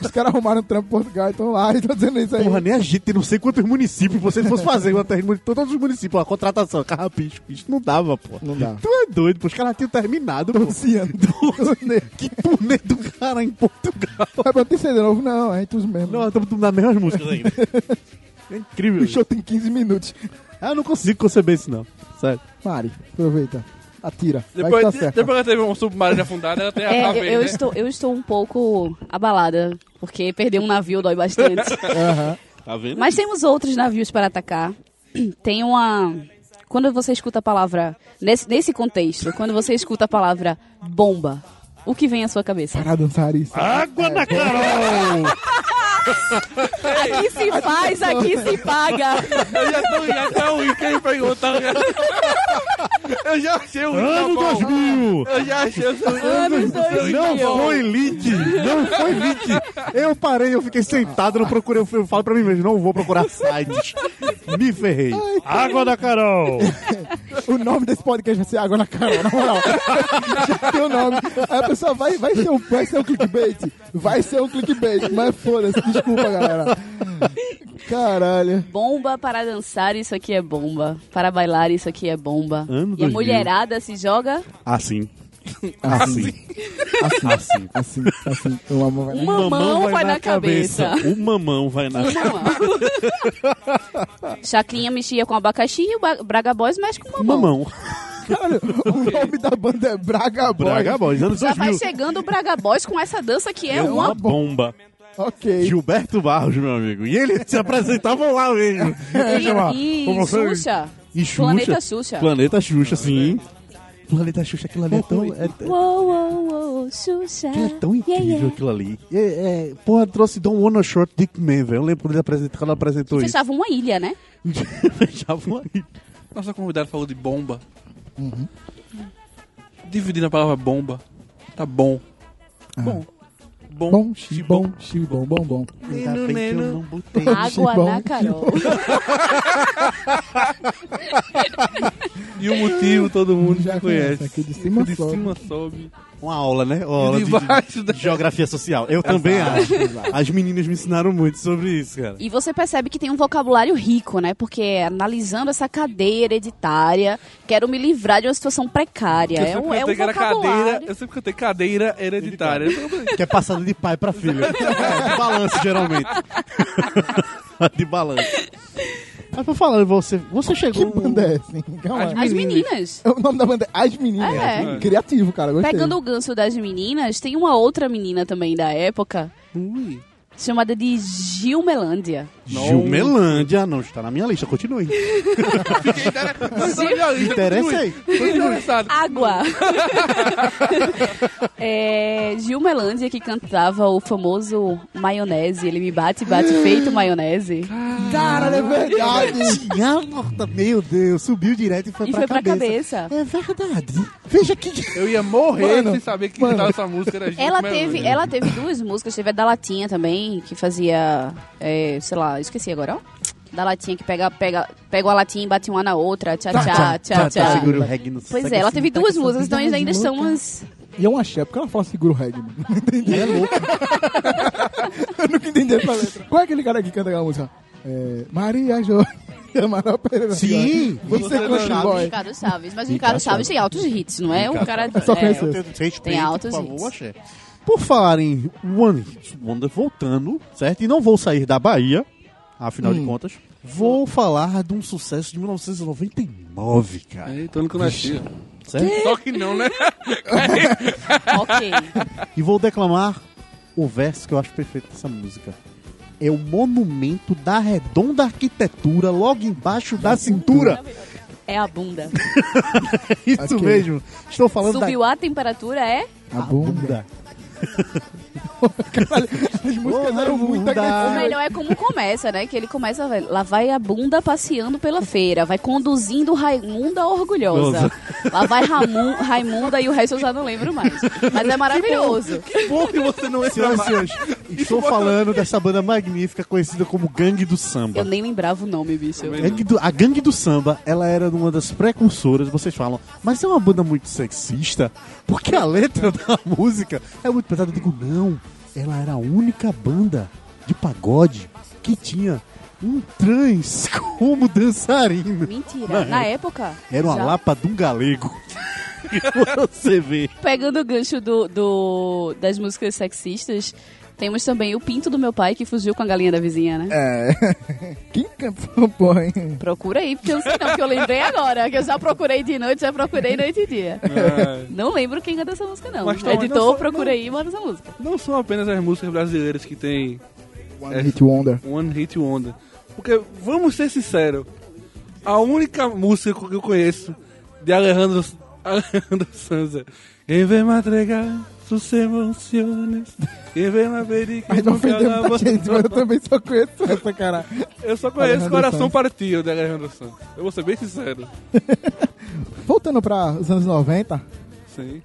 Speaker 3: os caras arrumaram um trampo em Portugal e estão lá e estão dizendo isso aí.
Speaker 8: Porra, nem a gente tem não sei quantos municípios. Se você fosse fazer uma terra em muni- todos os municípios, uma contratação, carrapisco, isso não dava, pô.
Speaker 3: Não dá.
Speaker 8: Tu é doido, pô. Os caras tinham terminado, pô.
Speaker 3: Luciano.
Speaker 8: que turnê do cara em Portugal.
Speaker 3: Vai botar isso aí é de novo? Não, é entre os mesmos.
Speaker 8: Não, estamos nas mesmas músicas ainda. É incrível.
Speaker 3: O show tem 15 minutos.
Speaker 8: Ah, eu não consigo conceber isso, não. Sério.
Speaker 3: Mari, aproveita. Atira.
Speaker 1: Depois,
Speaker 3: Vai que tá certo.
Speaker 1: depois que ela teve um submarino afundado, ela tem a
Speaker 5: É, eu,
Speaker 1: caveira,
Speaker 5: eu
Speaker 1: né?
Speaker 5: estou, eu estou um pouco abalada, porque perder um navio dói bastante.
Speaker 9: Tá vendo?
Speaker 5: Mas temos outros navios para atacar. Tem uma. Quando você escuta a palavra. Nesse, nesse contexto, quando você escuta a palavra bomba, o que vem à sua cabeça?
Speaker 3: Para dançar isso.
Speaker 9: Água na Carol!
Speaker 5: Aqui se faz, aqui se paga.
Speaker 1: Eu já tô ligado, é o quem pegou, tá ligado? Eu já achei o
Speaker 9: Ano
Speaker 1: tá bom.
Speaker 9: 2000!
Speaker 1: Eu já achei o
Speaker 5: Anos
Speaker 8: Não
Speaker 5: 2000.
Speaker 8: foi leak! Não foi leak! Eu parei, eu fiquei sentado, não procurei. Eu fui- eu falo pra mim mesmo, não vou procurar sites. Me ferrei.
Speaker 9: Água da Carol!
Speaker 3: O nome desse podcast vai ser Água na Cara, na moral. Já tem o nome. Aí a pessoa vai, vai, ser um, vai ser um clickbait. Vai ser um clickbait. Mas foda-se, desculpa, galera. Caralho.
Speaker 5: Bomba para dançar, isso aqui é bomba. Para bailar, isso aqui é bomba.
Speaker 8: Ano
Speaker 5: e a
Speaker 8: 2000.
Speaker 5: mulherada se joga
Speaker 8: Assim.
Speaker 3: Assim. Assim. Assim. Assim. assim. Eu amo. vai lá.
Speaker 5: uma
Speaker 8: Um
Speaker 5: mão vai na cabeça.
Speaker 9: O mamão vai na
Speaker 8: Tá
Speaker 5: Chaclinha mexia com abacaxi e o Ba- Braga Boys mexe com mamão.
Speaker 8: Mamão.
Speaker 3: Caralho, o nome da banda é Braga Boy.
Speaker 8: Braga Boys, anos
Speaker 5: Já vai
Speaker 8: 2000.
Speaker 5: chegando o Braga Boys com essa dança que é, uma...
Speaker 9: uma bomba.
Speaker 3: Ok.
Speaker 8: Gilberto Barros, meu amigo. E eles se apresentavam lá mesmo.
Speaker 5: E,
Speaker 8: Como
Speaker 5: e
Speaker 8: foi?
Speaker 5: Xuxa.
Speaker 8: E Xuxa.
Speaker 5: Planeta Xuxa.
Speaker 8: Planeta Xuxa, sim. Planeta Xuxa, aquilo ali é tão... É, é-
Speaker 5: Uou, uou, uou, Xuxa.
Speaker 8: aquilo é tão incrível, aquilo ali. É, é, porra, trouxe Don Wanna Short Dick Man, velho. Eu lembro quando ele apresentou, quando ela apresentou isso.
Speaker 5: Fechava uma ilha, né?
Speaker 8: Fechavam aí.
Speaker 1: Nossa convidada falou de bomba. Dividindo a palavra bomba, tá bom. Bom. Bom,
Speaker 3: Bom, xi, bom, xi, bom, bom, bom.
Speaker 8: Ainda bem que eu não botei.
Speaker 5: Água
Speaker 3: bom,
Speaker 5: na Carol.
Speaker 1: E o motivo todo mundo já conhece.
Speaker 3: Aqui de cima
Speaker 1: de
Speaker 3: sobe.
Speaker 1: cima sobe.
Speaker 8: Uma aula, né? Uma aula
Speaker 1: de
Speaker 8: de,
Speaker 1: baixo da-
Speaker 8: de geografia social. Eu também acho. As meninas me ensinaram muito sobre isso, cara.
Speaker 5: E você percebe que tem um vocabulário rico, né? Porque analisando essa cadeia hereditária, quero me livrar de uma situação precária.
Speaker 1: Eu
Speaker 5: É
Speaker 1: sempre
Speaker 5: um, é um
Speaker 1: cantei que era cadeira. Eu
Speaker 5: vocabulário.
Speaker 1: sempre cantei cadeira hereditária.
Speaker 8: Que é passada de pai pra filho. É, de balanço, geralmente. de balanço. Mas pra falar, você, você
Speaker 3: Que
Speaker 8: chegou...
Speaker 3: banda é essa? hein? Calma aí.
Speaker 5: As meninas.
Speaker 3: É O nome da banda é As Meninas.
Speaker 5: É.
Speaker 3: Criativo, cara. Gostei.
Speaker 5: Pegando o ganso das meninas, tem uma outra menina também da época,
Speaker 1: Ui.
Speaker 5: chamada de Gilmelândia.
Speaker 8: Gilmelândia não está na minha lista, continue.
Speaker 1: Então,
Speaker 8: Interessa aí.
Speaker 1: Tô interessado.
Speaker 5: Água! é, Gil Melândia que cantava o famoso maionese. Ele me bate, bate feito maionese.
Speaker 3: Caralho, é verdade.
Speaker 8: Tinha, morta, meu Deus, subiu direto e foi,
Speaker 5: E
Speaker 8: pra,
Speaker 5: foi pra
Speaker 8: cabeça.
Speaker 5: cabeça.
Speaker 8: É verdade. Veja que...
Speaker 1: Eu ia morrer
Speaker 3: Mano,
Speaker 1: sem saber que
Speaker 3: mano.
Speaker 1: cantava essa música. Era Gil
Speaker 5: Ela
Speaker 1: Melândia.
Speaker 5: teve, ela teve duas músicas. Teve a da Latinha também, que fazia. é, sei lá, esqueci agora, ó. Da Latinha que pega, pega, pega uma latinha e bate uma na outra. Tchá, tchá, tchá, tchá.
Speaker 8: Tá, Segura o reggae no
Speaker 5: Ah, Pois
Speaker 8: saco
Speaker 5: é, ela
Speaker 8: assim,
Speaker 5: teve
Speaker 8: tá
Speaker 5: duas
Speaker 8: com
Speaker 5: músicas,
Speaker 8: essa
Speaker 5: então
Speaker 8: vida
Speaker 5: ainda
Speaker 8: louca.
Speaker 5: estão umas.
Speaker 3: E é um axé, porque ela fala segura o reggae, mano. Não entendi.
Speaker 8: É louco.
Speaker 3: Eu nunca entendi essa letra. Qual é aquele cara que canta aquela música? É, Maria Jo. Amaral Pereira.
Speaker 8: Sim!
Speaker 3: Você é country
Speaker 4: O
Speaker 3: boy.
Speaker 4: Ricardo Chaves. Mas o Ricardo Chaves tem altos hits, não é? Um cara.
Speaker 3: Só
Speaker 4: é,
Speaker 3: conheço.
Speaker 8: Eu tenho respeito,
Speaker 4: Tem altos
Speaker 8: por favor,
Speaker 4: hits.
Speaker 8: axé. Por falar em One Hit Wonder, voltando, certo? E não vou sair da Bahia, afinal de contas. Vou falar de um sucesso de 1999, cara.
Speaker 1: Aí, tô no Canastia.
Speaker 8: Certo?
Speaker 1: Só que não, né?
Speaker 4: ok.
Speaker 8: E vou declamar o verso que eu acho perfeito dessa música. É o monumento da redonda arquitetura logo embaixo da cintura.
Speaker 4: É a bunda.
Speaker 8: Isso mesmo. Estou falando
Speaker 4: Subiu a temperatura, é?
Speaker 8: da bunda.
Speaker 3: As músicas
Speaker 8: Ô,
Speaker 3: eram muito
Speaker 8: Raimundo.
Speaker 4: O
Speaker 3: agressivas.
Speaker 4: melhor é como começa, né? Que ele começa, vai- lá vai a bunda passeando pela feira, vai conduzindo Raimunda orgulhosa. Lá vai Ramun- Raimunda e o resto eu já não lembro mais. Mas é maravilhoso.
Speaker 1: Pô, que você não entra
Speaker 8: Senhoras e
Speaker 1: mais.
Speaker 8: senhores, estou falando dessa banda magnífica conhecida como Gangue do Samba.
Speaker 4: Eu nem lembrava o nome, bicho.
Speaker 8: Gangue do- a gangue do samba, ela era uma das precursoras, vocês falam, mas é uma banda muito sexista, porque a letra da música é muito pesada. Eu digo, não, ela era a única banda de pagode que tinha um trans como dançarino.
Speaker 4: Mentira. Na época.
Speaker 8: é- Era uma
Speaker 4: já-
Speaker 8: lapa de um galego. Você vê.
Speaker 4: Pegando o gancho do, do- das músicas sexistas, temos também o pinto do meu pai que fugiu com a galinha da vizinha, né?
Speaker 3: Quem canta essa porra, hein?
Speaker 4: Procura aí, porque eu não sei não, porque eu lembrei agora, que eu já procurei de noite, já procurei noite e dia.
Speaker 1: É.
Speaker 4: Não lembro quem canta essa música, não.
Speaker 1: Mas tá,
Speaker 4: Editor,
Speaker 1: não, só-
Speaker 4: procura aí e bota essa música.
Speaker 1: Não são apenas as músicas brasileiras que tem É.
Speaker 3: One Hit Wonder.
Speaker 1: One Hit Wonder. Porque, vamos ser sinceros, a única música que eu conheço de Alejandro, Alejandro Sanza. Quem vem me entregar sus emociones. Quem vem me pedir que
Speaker 3: Mas não
Speaker 1: nunca
Speaker 3: ofendeu
Speaker 1: la
Speaker 3: muita gente, mas eu
Speaker 1: abandono.
Speaker 3: também só conheço essa, cara.
Speaker 1: Eu só conheço
Speaker 3: Alejandro
Speaker 1: Coração
Speaker 3: Sanz.
Speaker 1: Partido de Alejandro Sanz. Eu vou ser bem sincero.
Speaker 3: Voltando para os anos 90,
Speaker 1: Sim.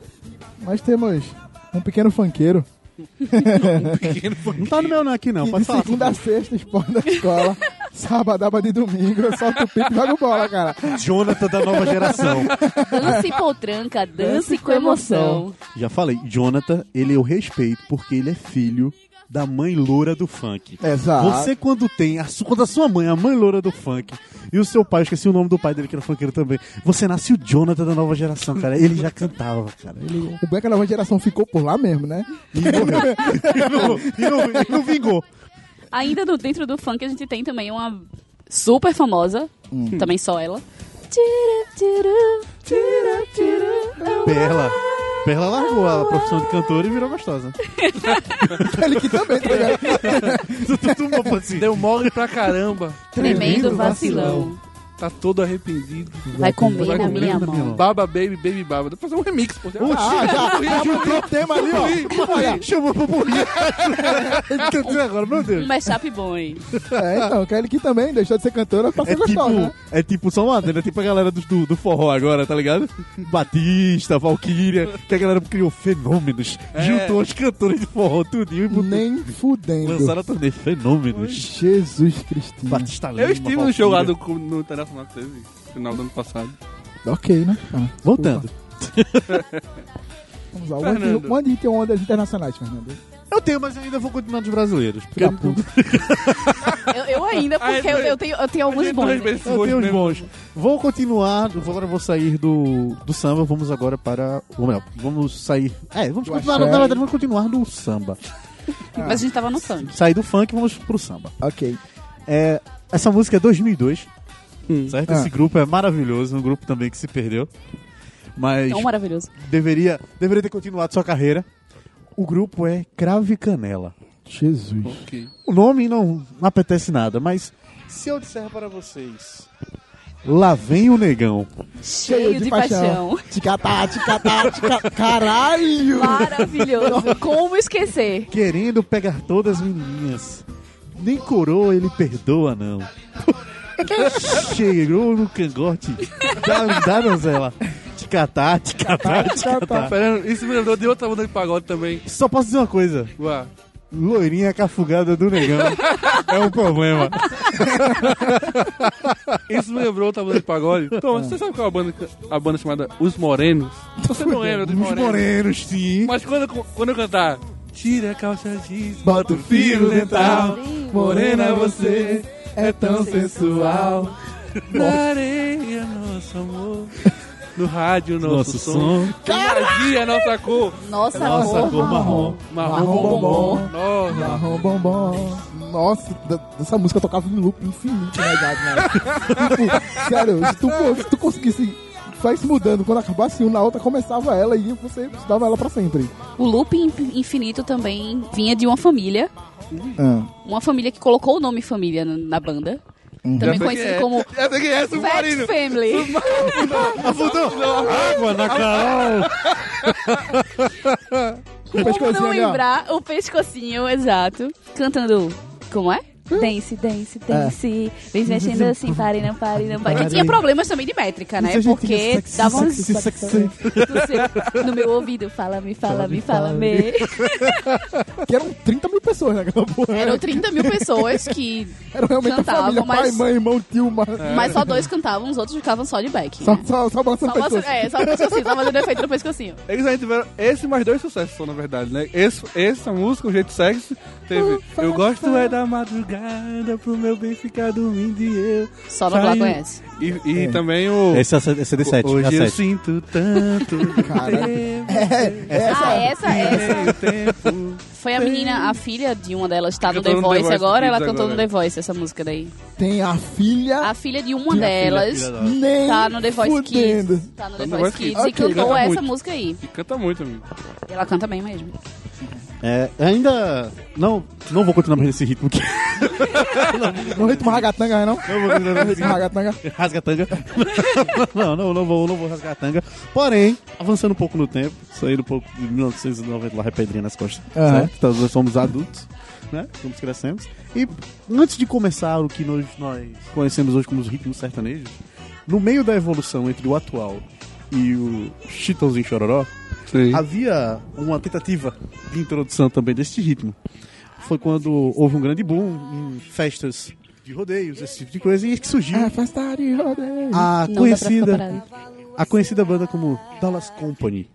Speaker 3: nós temos um pequeno funkeiro
Speaker 8: Não tá no meu não aqui não,
Speaker 3: que
Speaker 8: pode
Speaker 3: de
Speaker 8: falar.
Speaker 3: segunda a sexta expõe da escola, sábado, sábado e domingo, solta o pipo e joga bola, cara.
Speaker 8: Jonathan da nova geração.
Speaker 4: Dance potranca, dance com emoção.
Speaker 8: Já falei, Jonathan, ele eu respeito porque ele é filho da mãe loura do funk.
Speaker 3: Exato.
Speaker 8: Você quando tem, a, su- quando a sua mãe, é a mãe loura do funk, e o seu pai, eu esqueci o nome do pai dele que era funkeiro também, você nasce o Jonathan da nova geração, cara. Ele já cantava, cara. Ele...
Speaker 3: O Black Nova Geração ficou por lá mesmo, né?
Speaker 8: E morreu. e, não, e, não, e não vingou.
Speaker 4: Ainda no- dentro do funk, a gente tem também uma super famosa, também só ela. Tira, tira, tira, tira.
Speaker 8: Perla. Perla largou a profissão de cantora e virou gostosa.
Speaker 3: Ele que também, tá ligado?
Speaker 8: Tu- tu- tu- tu- assim,
Speaker 1: Deu mole pra caramba.
Speaker 4: Tremendo vacilão.
Speaker 1: Tá todo arrependido.
Speaker 4: Vai comer
Speaker 1: Vai
Speaker 4: na
Speaker 1: comer
Speaker 4: minha
Speaker 8: na minha
Speaker 4: mão.
Speaker 8: mão.
Speaker 1: Baba, baby, baby, baba. Dá pra fazer um remix, pô.
Speaker 3: Ah, já, já botou o tema ali, ó.
Speaker 8: Olha, chamou pro burrinho. Ele cantou agora, meu Deus.
Speaker 4: Um mashup bom, hein?
Speaker 3: É, então, Kelly que também deixou de ser cantora pra ser
Speaker 8: É tipo,
Speaker 3: gostosa, né?
Speaker 8: é tipo só uma adenda, é tipo a galera do, do, do forró agora, tá ligado? Batista, Valkyria, que a galera criou fenômenos,
Speaker 1: É.
Speaker 8: juntou os cantores de forró tudinho e botou-
Speaker 3: Nem fudendo.
Speaker 8: lançaram a turnê fenômenos.
Speaker 3: Jesus Cristinho.
Speaker 8: Batista Lima,
Speaker 1: Eu estive no show lá
Speaker 8: Valkyria.
Speaker 1: do, no Internacional que teve, final do ano passado.
Speaker 3: Ok, né? Ah,
Speaker 8: Voltando.
Speaker 3: Vamos lá.
Speaker 1: Fernando.
Speaker 3: Onde tem ondas internacionais, Fernando?
Speaker 8: Eu tenho, mas eu ainda vou continuar dos brasileiros. Porque
Speaker 3: Filha
Speaker 8: eu,
Speaker 3: da puta.
Speaker 4: Eu, eu ainda,
Speaker 1: Ah,
Speaker 4: porque
Speaker 1: é,
Speaker 4: eu,
Speaker 1: dois-
Speaker 4: eu tenho, eu tenho alguns
Speaker 1: Gente,
Speaker 4: bons.
Speaker 1: dois
Speaker 4: né?
Speaker 1: meses
Speaker 8: eu
Speaker 1: hoje
Speaker 8: tenho os
Speaker 1: mesmo.
Speaker 8: bons. Vou continuar, vou- agora eu vou sair do, do samba, vamos agora para. Ou melhor, vamos sair. É, vamos continuar,
Speaker 3: axé.
Speaker 8: na verdade, vamos continuar no samba.
Speaker 4: Mas a gente tava no funk.
Speaker 8: Sair do funk, vamos pro samba.
Speaker 3: Ok.
Speaker 8: É, essa música é 2002, certo?
Speaker 3: Ah.
Speaker 8: Esse grupo é maravilhoso, um grupo também que se perdeu. Mas
Speaker 4: É um maravilhoso.
Speaker 8: deveria, deveria ter continuado sua carreira. O grupo é Cravo e Canela.
Speaker 3: Jesus.
Speaker 1: Ok.
Speaker 8: O nome não, não apetece nada, mas se eu disser para vocês... Lá vem o negão.
Speaker 4: Cheio de, paixão.
Speaker 3: Ticatá, ticatá, ticatá. Caralho!
Speaker 4: Maravilhoso. Como esquecer?
Speaker 8: Querendo pegar todas as menininhas. Nem coroa ele perdoa, não. Cheirou no cangote. Dá, dá, donzela. Ticatá, ticatá, ticatá.
Speaker 1: Fernando, Tá isso me lembrou de outra banda de pagode também.
Speaker 8: Só posso dizer uma coisa.
Speaker 1: Ué.
Speaker 8: Loirinha cafugada do negão é um problema.
Speaker 1: Isso me lembrou outra banda de pagode. Então, você sabe qual é a banda, a banda chamada Os Morenos? Você não lembra dos
Speaker 8: Os
Speaker 1: Morenos?
Speaker 8: morenos, sim.
Speaker 1: Mas quando, eu- quando eu cantar... Tira a calça jeans,
Speaker 3: Bota o fio dental,
Speaker 1: morena você, é tão sensual. Na areia, nosso amor. No rádio, nosso,
Speaker 8: Nosso
Speaker 1: som.
Speaker 8: som.
Speaker 1: Magia, nossa cor.
Speaker 4: Nossa,
Speaker 8: Nossa,
Speaker 4: cor.
Speaker 8: cor marrom.
Speaker 1: Marrom
Speaker 3: bombom.
Speaker 1: Nossa.
Speaker 3: Marrom bombom. Nossa, da- essa música eu tocava em loop infinito na idade, né? tipo, sério, se tu, for- se tu conseguisse só isso mudando, quando acabasse um na outra, começava ela e você estudava ela pra sempre.
Speaker 4: O loop in- infinito também vinha de uma família.
Speaker 3: Ah.
Speaker 4: Uma família que colocou o nome família na, na banda. Também conhecido como
Speaker 1: Essa aqui é
Speaker 4: Fat
Speaker 1: submarino.
Speaker 4: Family.
Speaker 8: Água na Carol.
Speaker 4: Como
Speaker 3: pescocinho
Speaker 4: não
Speaker 3: ali, ó.
Speaker 4: lembrar o pescocinho, exato. Cantando. Como é?
Speaker 3: Hum?
Speaker 4: Dance, dance, dance.
Speaker 3: É.
Speaker 4: Vem se mexendo assim, pare, não pare, não pare. Que tinha problemas também de métrica, né? Porque dava uns. Você- No meu ouvido, fala, me fala, me fala, me.
Speaker 3: Que eram 30 mil pessoas naquela porra.
Speaker 4: Eram 30 mil pessoas que.
Speaker 3: Era realmente
Speaker 4: Cantavam,
Speaker 3: a família, pai,
Speaker 4: mas-
Speaker 3: mãe, irmão, tio, mano.
Speaker 4: Mas só dois cantavam, os outros ficavam É. só de back.
Speaker 3: Só,
Speaker 4: né?
Speaker 3: só, só balançando
Speaker 4: Só
Speaker 3: o pescoço.
Speaker 4: você- é, só o pescocinho, só fazendo efeito no pescocinho.
Speaker 1: Eles ainda tiveram esse mais dois sucessos, só, na verdade, né? Esse, essa música, o jeito sexy, teve Eu gosto é da madrugada pro meu bem ficar dormindo e eu.
Speaker 4: Só no Blá conhece.
Speaker 1: E, e também o.
Speaker 8: Esse é CD7.
Speaker 1: Hoje eu
Speaker 8: é
Speaker 1: sinto tanto.
Speaker 3: Cara.
Speaker 4: Ah, essa, essa.
Speaker 3: É
Speaker 1: Tem tempo.
Speaker 4: Foi a menina, a filha de uma delas, tá no
Speaker 1: Cantou no
Speaker 4: The
Speaker 1: The
Speaker 4: Voice
Speaker 1: Voice
Speaker 4: agora, ela
Speaker 1: Kids
Speaker 4: cantou no
Speaker 1: agora.
Speaker 4: The Voice essa música daí.
Speaker 3: Tem a filha,
Speaker 4: A filha de uma delas
Speaker 3: nem
Speaker 4: tá no The Voice
Speaker 3: fudendo.
Speaker 4: Kids. Tá no The Voice Kids e
Speaker 1: Ela
Speaker 4: cantou
Speaker 1: canta
Speaker 4: essa
Speaker 1: muito.
Speaker 4: música aí.
Speaker 1: E canta muito, amigo.
Speaker 4: E Ela canta bem mesmo.
Speaker 8: É, ainda. Não, não vou continuar mais nesse ritmo aqui.
Speaker 3: No ritmo ragatanga,
Speaker 8: Não
Speaker 3: não?
Speaker 8: vou continuar mais
Speaker 3: No
Speaker 8: nesse
Speaker 3: ritmo ragatanga.
Speaker 8: Rasga a tanga. não, não, não vou, não vou rasgar a tanga. Porém, avançando um pouco no tempo, saindo um pouco de 1990 lá, repedrinha nas costas.
Speaker 3: Aham.
Speaker 8: Certo? Então, nós somos adultos, né? Somos crescemos. E antes de começar o que nós, nós conhecemos hoje como os ritmos sertanejos, no meio da evolução entre o atual e o Chitãozinho Chororó,
Speaker 1: Sim.
Speaker 8: havia uma tentativa de introdução também deste ritmo. Foi quando houve um grande boom em festas de rodeios, esse tipo de coisa, e que surgiu
Speaker 3: Afastar e rodeio.
Speaker 8: a
Speaker 4: Não dá pra
Speaker 8: conhecida,
Speaker 4: ficar parado.
Speaker 8: a conhecida banda como Dallas Company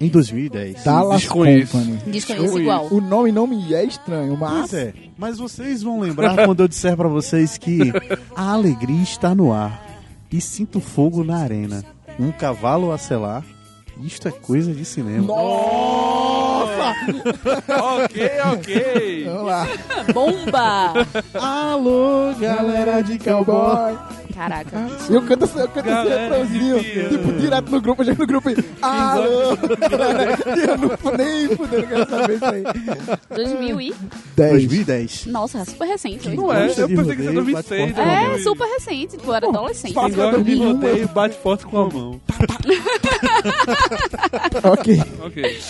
Speaker 8: em 2010.
Speaker 3: Dallas
Speaker 1: Desconheço.
Speaker 3: Company.
Speaker 4: Desconheço é igual.
Speaker 3: O nome não me é estranho, mas...
Speaker 8: Pois é, mas vocês vão lembrar quando eu disser pra vocês que a alegria está no ar e sinto fogo na arena, um cavalo a selar. Isto é coisa de cinema.
Speaker 1: ok, ok.
Speaker 3: Vamos lá.
Speaker 4: Bomba!
Speaker 8: Alô, galera de cowboy.
Speaker 3: Cowboy.
Speaker 4: Caraca.
Speaker 3: E eu canto, esse- eu canto esse
Speaker 1: Galera
Speaker 3: refrãozinho,
Speaker 1: de Deus.
Speaker 3: tipo, direto no grupo, já no grupo, e, alô, E eu não fu- nem fudendo, quero saber isso aí.
Speaker 4: 2000 e...
Speaker 8: 2010.
Speaker 4: Nossa, super recente.
Speaker 1: Não é, eu pensei que você era 26.
Speaker 4: É, super recente. Tu era adolescente.
Speaker 1: Quem gosta de rodeio, bate forte com a mão.
Speaker 3: Ok,
Speaker 1: Ok.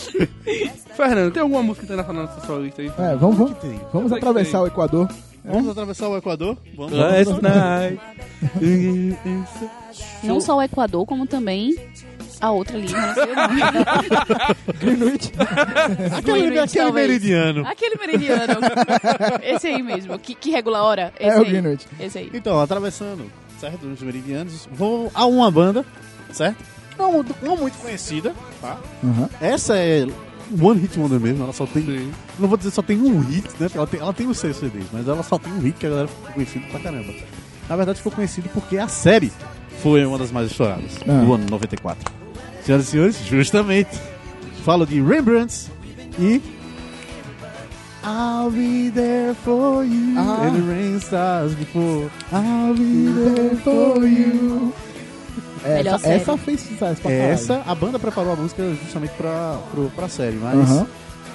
Speaker 1: Fernando, tem alguma música internacional nessa sua lista aí?
Speaker 3: É, vamos, vamos, vamos atravessar o Equador.
Speaker 8: Vamos atravessar o Equador? Vamos.
Speaker 1: Last night.
Speaker 4: Não só o Equador, como também a outra ali. Não sei o nome.
Speaker 3: Greenwich,
Speaker 4: Greenwich,
Speaker 8: aquele
Speaker 4: talvez.
Speaker 8: meridiano.
Speaker 4: Aquele meridiano. Esse aí mesmo. Que, que regula a hora? Esse
Speaker 3: É o
Speaker 4: aí.
Speaker 3: Greenwich.
Speaker 4: Esse aí.
Speaker 8: Então, atravessando, certo? Os meridianos, vou a uma banda, certo? Não, muito- não muito conhecida, tá?
Speaker 3: Uhum.
Speaker 8: Essa é One Hit Wonder mesmo, ela só tem...
Speaker 1: Sim.
Speaker 8: Não vou dizer só tem um hit, né? Porque Ela tem, ela tem os seis CDs, mas ela só tem um hit que a galera ficou conhecida pra caramba. Na verdade, ficou conhecido porque a série foi uma das mais estouradas,
Speaker 3: Ah.
Speaker 8: do ano 94. Senhoras e senhores, justamente, falo de Rembrandts e... I'll be there for you
Speaker 3: Ah.
Speaker 8: and the rain starts before I'll be there for you.
Speaker 4: Melhor
Speaker 3: essa,
Speaker 4: série.
Speaker 3: essa fez sucesso pra caralho.
Speaker 8: Essa, a banda preparou a música justamente pra, pro, pra série, mas
Speaker 3: Aham.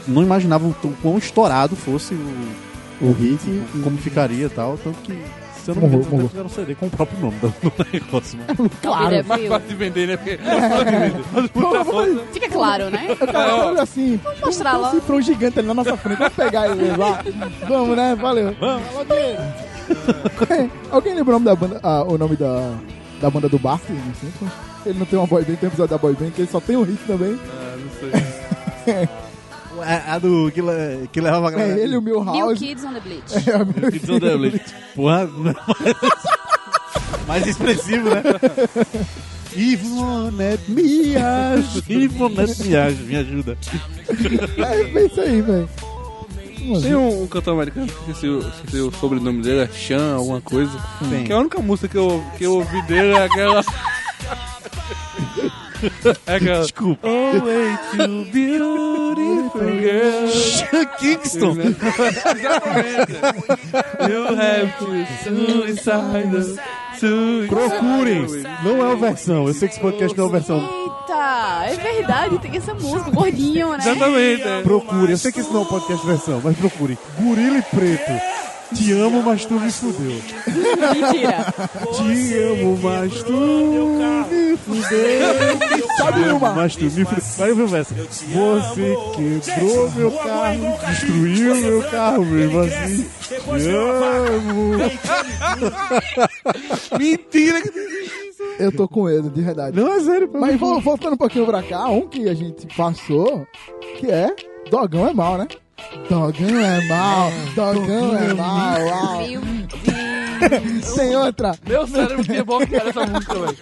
Speaker 8: não imaginavam o tão- quão estourado fosse o,
Speaker 3: O hit,
Speaker 8: tipo, como ficaria e tal, tanto que, se eu não me
Speaker 3: Morrou,
Speaker 8: engano,
Speaker 3: morrou.
Speaker 8: eles fizeram um CD com o próprio nome do, do negócio. né? mano.
Speaker 4: Claro.
Speaker 1: Mais fácil de vender, né? Porque fácil de vender. Mas puta força.
Speaker 4: Fica claro, né?
Speaker 3: O cara olha assim,
Speaker 4: mostrar
Speaker 3: tem um
Speaker 4: lá.
Speaker 3: cifrão gigante ali na nossa frente, vamos pegar ele lá. Vamos, né? Valeu. Vamos. Alguém lembra o nome da banda, ah, o nome da, da banda do Barkley? Não sei, pô. Ele não tem uma boy band, tem um episódio da boy band, que ele só tem um hit também.
Speaker 1: Ah, não sei.
Speaker 8: É, A, a do que, le- que levava a
Speaker 3: É
Speaker 8: galera.
Speaker 3: ele, o
Speaker 4: New
Speaker 3: Milhouse.
Speaker 4: Kids on the Bleach.
Speaker 8: Kids on the Blitz. Porra, não é mais, mais expressivo, né? Ivo Net Miage. Ivo Net Miage, me ajuda.
Speaker 3: É, é isso aí, velho.
Speaker 1: Tem um, um cantor americano, esqueci o, esqueci o sobrenome dele, é Chan, alguma coisa.
Speaker 8: Tem.
Speaker 1: Que é a única música que eu, que eu ouvi dele é aquela. é aquela.
Speaker 8: Desculpa.
Speaker 1: Oh, way too beautiful girl.
Speaker 8: Sean Kingston.
Speaker 1: Exatamente. You have to suicidal. suicidal.
Speaker 8: Procurem. Não é a versão. Eu sei que esse podcast não é a versão.
Speaker 4: Eita, é verdade, tem essa música, gordinho, né?
Speaker 1: Exatamente. é.
Speaker 8: Procurem. Eu sei que esse não é um podcast versão, mas procurem. Gorila e Preto. Te amo, mas tu me fudeu.
Speaker 4: Mentira.
Speaker 8: Te amo, mas tu me fudeu. Sabe uma? Mas tu me fudeu. Vai ouvir o verso. Você quebrou meu carro, destruiu meu carro, mesmo assim. Te amo.
Speaker 1: Mentira que
Speaker 3: Eu tô com medo, de verdade.
Speaker 8: Não, é sério. pelo
Speaker 3: Mas
Speaker 8: amor
Speaker 3: vol- voltando um pouquinho pra cá, um que a gente passou, que é Dogão é mal, né? Dogão é mal, Dogão é mal, uau.
Speaker 4: Meu
Speaker 3: Sem outra,
Speaker 1: Meu cérebro tinha bom que era essa música, velho.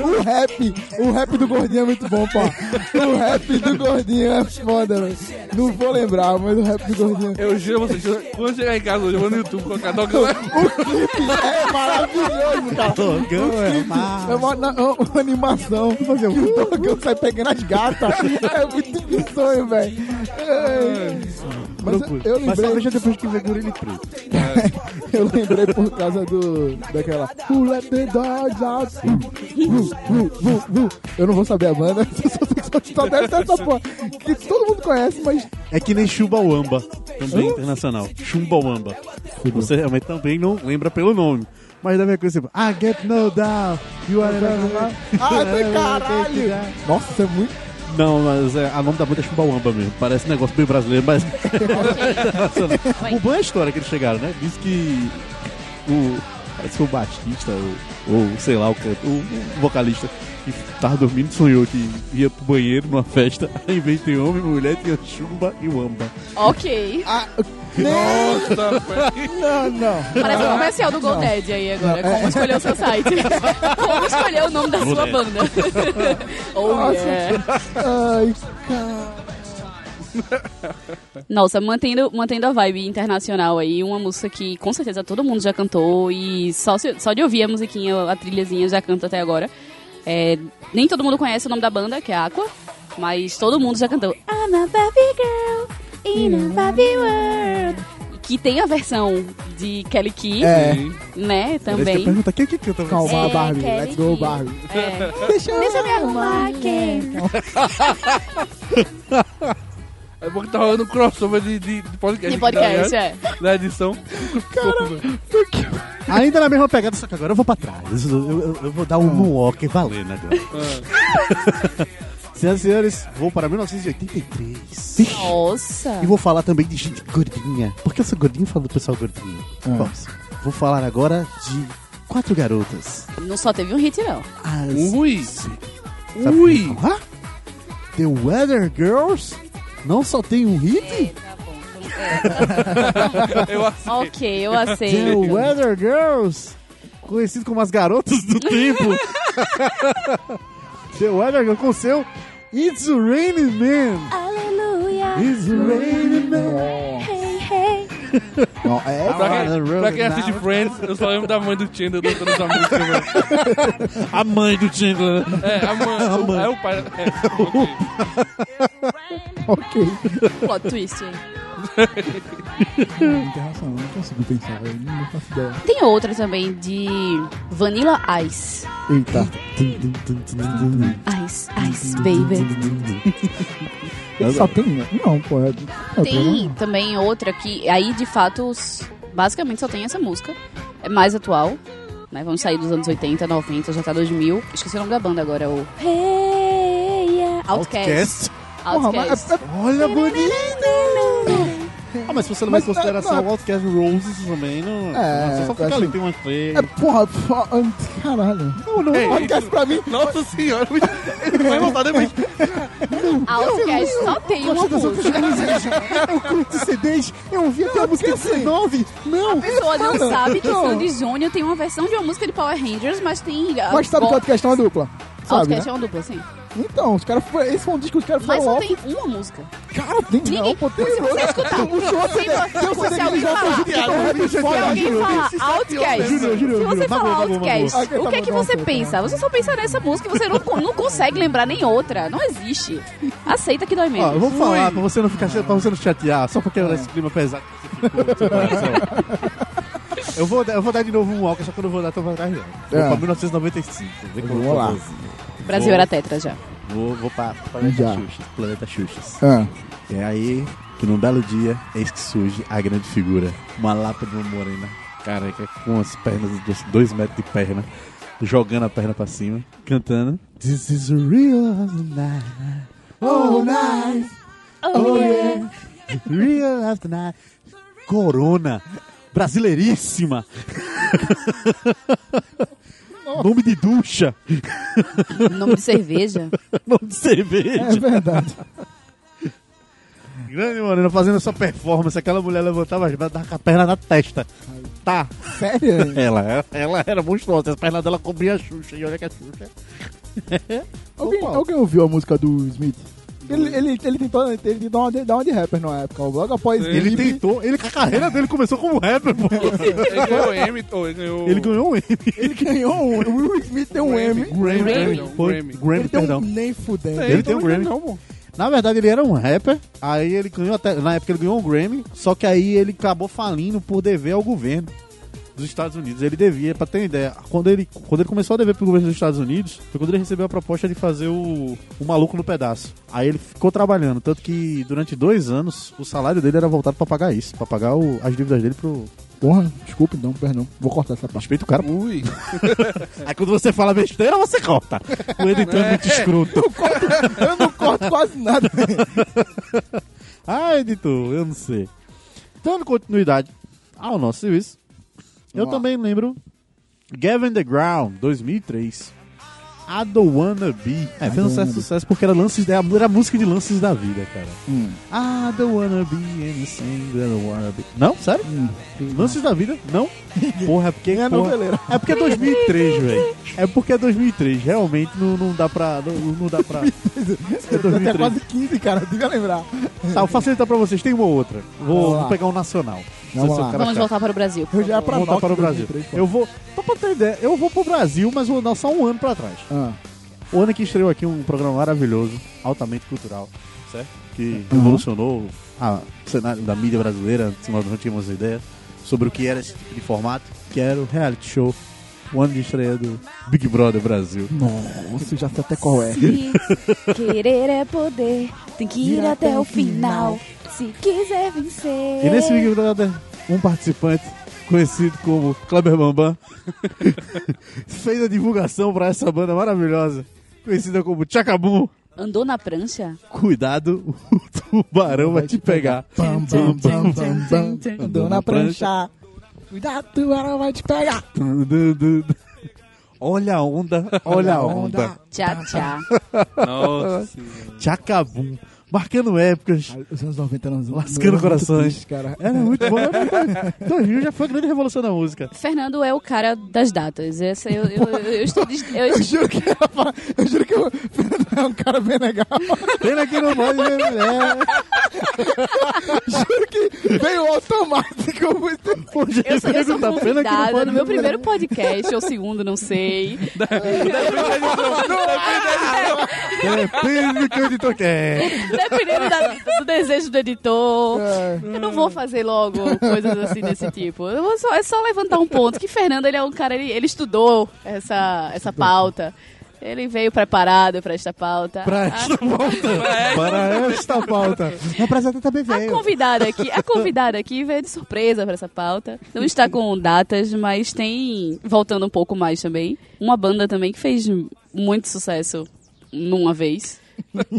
Speaker 3: o rap, o rap do gordinho é muito bom, pô. O rap do gordinho é foda, velho. Não vou lembrar, mas o rap do gordinho.
Speaker 1: Eu juro a vocês, quando eu chegar em casa hoje, eu vou no YouTube colocar Dogão.
Speaker 3: É maravilhoso, cara.
Speaker 8: Dogão é mal.
Speaker 3: É uma, na- uma animação.
Speaker 8: um
Speaker 3: Fazer o Dogão sai pegando as gatas. É muito bizonho, velho. É. Mas eu- eu
Speaker 8: Mas só
Speaker 3: lembrei.
Speaker 8: veja depois que vê Gorila e Preto.
Speaker 3: Eu lembrei por causa do. daquela. Who let the dogs out? Vu, vu, vu, vu. Eu não vou saber a banda, eu só sei que só, só deve ser essa porra. Que todo mundo conhece, mas.
Speaker 8: É que nem Chumbawamba, também internacional. Chumbawamba. Você realmente também não lembra pelo nome. Mas deve reconhecer. I get no down. You are
Speaker 3: Ah, foi caralho! Nossa, é muito.
Speaker 8: Não, mas é, a nome da banda é Chumbawamba mesmo. Parece um negócio bem brasileiro, mas. o bom é a história que eles chegaram, né? Diz que o. Parece que o Batista, ou, ou sei lá, o, can- o, o vocalista, que tava dormindo, sonhou que ia pro banheiro numa festa, aí em vez de ter homem e mulher, tinha chumba e wamba.
Speaker 4: Ok.
Speaker 1: Nossa, velho.
Speaker 3: Não, não.
Speaker 4: Parece um comercial do Goldad aí agora. Como escolher o seu site. Como escolher o nome da sua banda. Oh, yeah.
Speaker 3: Ai, cara.
Speaker 4: Nossa, mantendo, mantendo a vibe internacional aí, uma música que com certeza todo mundo já cantou e só, se- só de ouvir a musiquinha, a trilhazinha já canta até agora. É, nem todo mundo conhece o nome da banda, que é Aqua, mas todo mundo já cantou I'm a Barbie Girl in a Barbie World. Que tem a versão de Kelly Key,
Speaker 3: É,
Speaker 4: né, também.
Speaker 8: pergunta quem é que canta
Speaker 3: calma,
Speaker 4: É,
Speaker 3: Barbie.
Speaker 4: Kelly
Speaker 3: Let's go,
Speaker 4: Key.
Speaker 3: Barbie.
Speaker 4: É.
Speaker 3: Deixa eu
Speaker 4: Deixa eu me arrumar aqui.
Speaker 1: É bom que tá rolando um crossover de, de, de podcast.
Speaker 4: De podcast,
Speaker 1: né?
Speaker 4: é.
Speaker 1: Na edição. Cara,
Speaker 8: Ainda na mesma pegada, só que agora eu vou pra trás. Eu, eu- eu vou dar um moonwalk valendo agora. Senhoras e senhores, vou para 1983.
Speaker 4: Nossa.
Speaker 8: E vou falar também de gente gordinha. Porque eu sou gordinho e falo do pessoal gordinho. Vamos. Vou falar agora de quatro garotas.
Speaker 4: Não só teve um hit, não.
Speaker 8: As...
Speaker 1: Ui.
Speaker 8: Sabe
Speaker 1: Ui.
Speaker 8: como é? The Weather Girls não só tem um hit?
Speaker 1: Eu aceito.
Speaker 4: Ok, eu
Speaker 8: The
Speaker 4: aceito.
Speaker 8: Weather Girls, conhecido como as garotas do tempo. The Weather Girls com seu It's Raining Man.
Speaker 4: Aleluia.
Speaker 8: It's Raining Man.
Speaker 3: Não, é.
Speaker 1: Pra quem, pra quem assiste Friends, eu só lembro da mãe do Chandler dançando essa música, velho.
Speaker 8: A mãe do Chandler.
Speaker 1: É, a mãe.
Speaker 8: A mãe.
Speaker 1: É o pai. É,
Speaker 3: Ok.
Speaker 4: Plot twist. hein?
Speaker 3: Internacional, não consigo pensar, velho. Não faço ideia.
Speaker 4: Tem outra também de Vanilla Ice.
Speaker 3: Eita.
Speaker 4: Ice, Ice Baby.
Speaker 8: É,
Speaker 3: Ele só tem.
Speaker 8: um.
Speaker 3: Não, pô. É... é
Speaker 4: Tem também outra que aí de fato os- basicamente só tem essa música. É mais atual. Né? Vamos sair dos anos 80, 90, já tá 2000. Esqueci o nome da banda agora, é o. Hey, yeah. Outcast.
Speaker 8: Outcast.
Speaker 3: Porra,
Speaker 4: Outcast.
Speaker 3: mas é, é,
Speaker 8: Olha, bonito! Ah, mas se você levar em
Speaker 3: Mas,
Speaker 8: consideração
Speaker 3: ah,
Speaker 8: o Outcast Roses também, não.
Speaker 3: É,
Speaker 8: você só
Speaker 3: eu
Speaker 8: fica
Speaker 3: acho
Speaker 8: ali,
Speaker 3: que-
Speaker 8: tem uma play.
Speaker 3: é, porra, porra, caralho. Não, não,
Speaker 1: Ei,
Speaker 3: podcast pra mim.
Speaker 1: Nossa senhora, ele vai voltar depois.
Speaker 4: Outcast só tem um uma música.
Speaker 3: Eu curto CDs, eu ouvi até a música de 19. Não,
Speaker 4: A pessoa não
Speaker 3: Não.
Speaker 4: sabe que Sandy Júnior tem uma versão de uma música de Power Rangers, mas tem.
Speaker 3: mas sabe
Speaker 4: Bo-
Speaker 3: que podcast é uma dupla. Sabe,
Speaker 4: Outcast
Speaker 3: né?
Speaker 4: é uma dupla, sim.
Speaker 3: Então, os caras foram. Esse foi um disco que os caras
Speaker 4: Mas
Speaker 3: foram
Speaker 4: só
Speaker 3: off.
Speaker 4: tem uma música.
Speaker 3: Cara, tem
Speaker 4: Ninguém.
Speaker 3: não, pô, tem um
Speaker 4: se
Speaker 3: outro.
Speaker 4: você escutar.
Speaker 3: O show
Speaker 4: se,
Speaker 3: tem um o
Speaker 4: se,
Speaker 3: CD que
Speaker 4: alguém
Speaker 3: já
Speaker 4: falar.
Speaker 3: foi junto com o Rap
Speaker 4: Se alguém falar Outcast,
Speaker 2: Júnior, Júnior,
Speaker 4: se você
Speaker 2: Júnior,
Speaker 4: falar
Speaker 2: magoou, magoou,
Speaker 4: Outcast,
Speaker 3: magoou.
Speaker 4: o que é que
Speaker 3: Tá bom,
Speaker 4: você
Speaker 3: tá bom.
Speaker 4: pensa? Você só pensa nessa música, você não, con- não consegue lembrar nem outra. Não existe. Aceita que dói
Speaker 8: Ó, eu
Speaker 4: menos.
Speaker 8: vou falar pra você não ficar pra você não chatear, só pra
Speaker 3: É.
Speaker 8: quebrar esse clima é pesado que você ficou no seu coração. Eu vou, dar- eu vou dar de novo um walk, só que eu não vou dar tão pra não. Vou
Speaker 3: É.
Speaker 8: pra 1995. Vê como eu
Speaker 3: Vamos
Speaker 8: tô
Speaker 3: lá.
Speaker 8: bonzinho.
Speaker 4: O Brasil
Speaker 8: vou-
Speaker 4: era tetra já.
Speaker 8: Vou, vou pra pra Planeta
Speaker 3: Já.
Speaker 8: Xuxas. Planeta Xuxas.
Speaker 3: Ah,
Speaker 8: É aí que num belo dia, eis que surge a grande figura. Uma lapa de uma morena. Careca, com as pernas, dois, dois metros de perna. Jogando a perna pra cima. Cantando. This is a real night. Oh, night.
Speaker 4: Oh, yeah.
Speaker 8: Real after night. Corona. Brasileiríssima. Nome de ducha.
Speaker 4: Nome de cerveja.
Speaker 8: Nome de cerveja.
Speaker 3: é verdade.
Speaker 8: Grande Morena fazendo essa performance. Aquela mulher levantava as braças, dava com a perna na testa. Tá.
Speaker 3: Sério?
Speaker 8: Ela, ela era monstruosa. As pernas dela cobriam a Xuxa. E olha que a Xuxa. é
Speaker 3: Alguém, alguém ouviu a música do Smith? Ele, ele, ele tentou, ele tentou dar uma, de- dar uma de rapper na época. Logo após
Speaker 8: Ele,
Speaker 3: Sleep,
Speaker 8: tentou. Ele, a carreira dele começou como rapper, pô.
Speaker 1: Ele ganhou o M, ou ele ganhou...
Speaker 8: Ele ganhou um M.
Speaker 3: Ele ganhou um. O Will Smith tem um
Speaker 1: Grammy.
Speaker 3: M.
Speaker 8: Grammy.
Speaker 1: Grammy.
Speaker 8: Foi-
Speaker 1: Grammy.
Speaker 8: Grammy,
Speaker 3: Ele tem
Speaker 8: perdão.
Speaker 3: um nem fudendo.
Speaker 8: Ele tem um
Speaker 1: também
Speaker 8: Grammy.
Speaker 1: Não, pô.
Speaker 8: Na verdade, ele era um rapper. Aí ele ganhou até. Na época ele ganhou um Grammy. Só que aí ele acabou falindo por dever ao governo dos Estados Unidos. Ele devia, pra ter uma ideia, quando ele, quando ele começou a dever pro governo dos Estados Unidos, foi quando ele recebeu a proposta de fazer o, o maluco no pedaço. Aí ele ficou trabalhando. Tanto que durante dois anos o salário dele era voltado pra pagar isso, pra pagar o- as dívidas dele pro.
Speaker 3: Porra, desculpa, não, perdão. Vou cortar essa parte.
Speaker 8: Respeita o cara.
Speaker 1: Ui.
Speaker 8: Aí quando você fala besteira, você corta. O editor é muito escroto.
Speaker 3: Eu não corto quase nada.
Speaker 8: Ah, editor, eu não sei. Dando continuidade ao nosso serviço, eu também lembro Gavin the Ground, 2003. I Don't Wanna Be. É, fez um certo sucesso porque era, lances, da- era música de lances da vida, cara. I Don't Wanna Be anything that I don't wanna be. Não? Sério? Lances da vida? Não? Porra, é porque.
Speaker 3: É
Speaker 8: porra,
Speaker 3: noveleira.
Speaker 8: é porque é 2003, velho. É porque é 2003. Realmente não, não dá pra. Não, não dá pra. É
Speaker 3: Até
Speaker 8: 2003.
Speaker 3: quase 15, cara. Devia lembrar.
Speaker 8: Tá, vou facilitar pra vocês, tem uma outra. Vou,
Speaker 3: Vamos lá.
Speaker 8: vou pegar um nacional.
Speaker 3: Vamos
Speaker 8: Não sei se
Speaker 3: lá.
Speaker 8: o cara
Speaker 4: Vamos
Speaker 8: quer.
Speaker 4: voltar para o Brasil. por
Speaker 3: Eu já ia
Speaker 4: favor.
Speaker 3: pra
Speaker 8: Vou voltar
Speaker 3: Nox
Speaker 8: para o Brasil.
Speaker 3: 2003, pô.
Speaker 8: Eu vou. Só pra ter ideia, eu vou pro Brasil, mas vou dar só um ano pra trás.
Speaker 3: Ah.
Speaker 8: O ano que estreou aqui um programa maravilhoso, altamente cultural, certo? Que revolucionou a- o cenário da mídia brasileira, se nós não tínhamos ideia sobre o que era esse tipo de formato, que era o reality show, o ano de estreia do Big Brother Brasil.
Speaker 3: Nossa, eu já sei até qual é.
Speaker 4: Se querer é poder, tem que ir até o final. Se quiser vencer.
Speaker 8: E nesse Big Brother, um participante conhecido como Kleber Bambam fez a divulgação pra essa banda maravilhosa, conhecida como Chacabum.
Speaker 4: Andou na prancha?
Speaker 8: Cuidado, o tubarão vai te pegar.
Speaker 3: Bam, bam, bam, bam, bam. Andou na prancha. Cuidado, tubarão vai te pegar.
Speaker 8: Olha a onda, olha a onda.
Speaker 4: Tchá, tchá.
Speaker 1: Nossa senhora.
Speaker 8: Chacabum, marcando épocas.
Speaker 3: Os anos 90 não
Speaker 8: Lascando corações.
Speaker 3: cara.
Speaker 8: Era muito bom. era muito bom. 2000 já foi a grande revolução da música.
Speaker 4: Fernando é o cara das datas. Essa eu, eu, eu, eu estou. dis- Eu,
Speaker 3: Eu juro que ela fala, eu juro que o Fernando é um cara bem legal.
Speaker 8: Pena que não pode ver mulher.
Speaker 3: juro que veio automático.
Speaker 8: Poxa,
Speaker 4: eu sou, eu sou
Speaker 8: pergunta, tá pena que não
Speaker 4: convidada
Speaker 8: pode ver
Speaker 4: no meu
Speaker 8: mulher.
Speaker 4: primeiro podcast, ou segundo, não sei.
Speaker 8: Depende do É, que o editor quer.
Speaker 4: Dependendo da- do desejo do editor.
Speaker 8: É.
Speaker 4: Eu não vou fazer logo coisas assim desse tipo. Eu vou só- é só levantar um ponto. Que Fernando, ele é um cara, ele, ele estudou essa, essa pauta. Ele veio preparado para esta pauta.
Speaker 8: Pra
Speaker 4: A-
Speaker 8: esta pauta. Para esta pauta.
Speaker 3: Não precisa também
Speaker 4: A convidada aqui, a convidada aqui veio de surpresa pra essa pauta. Não está com datas, mas tem, voltando um pouco mais também, uma banda também que fez muito sucesso numa vez.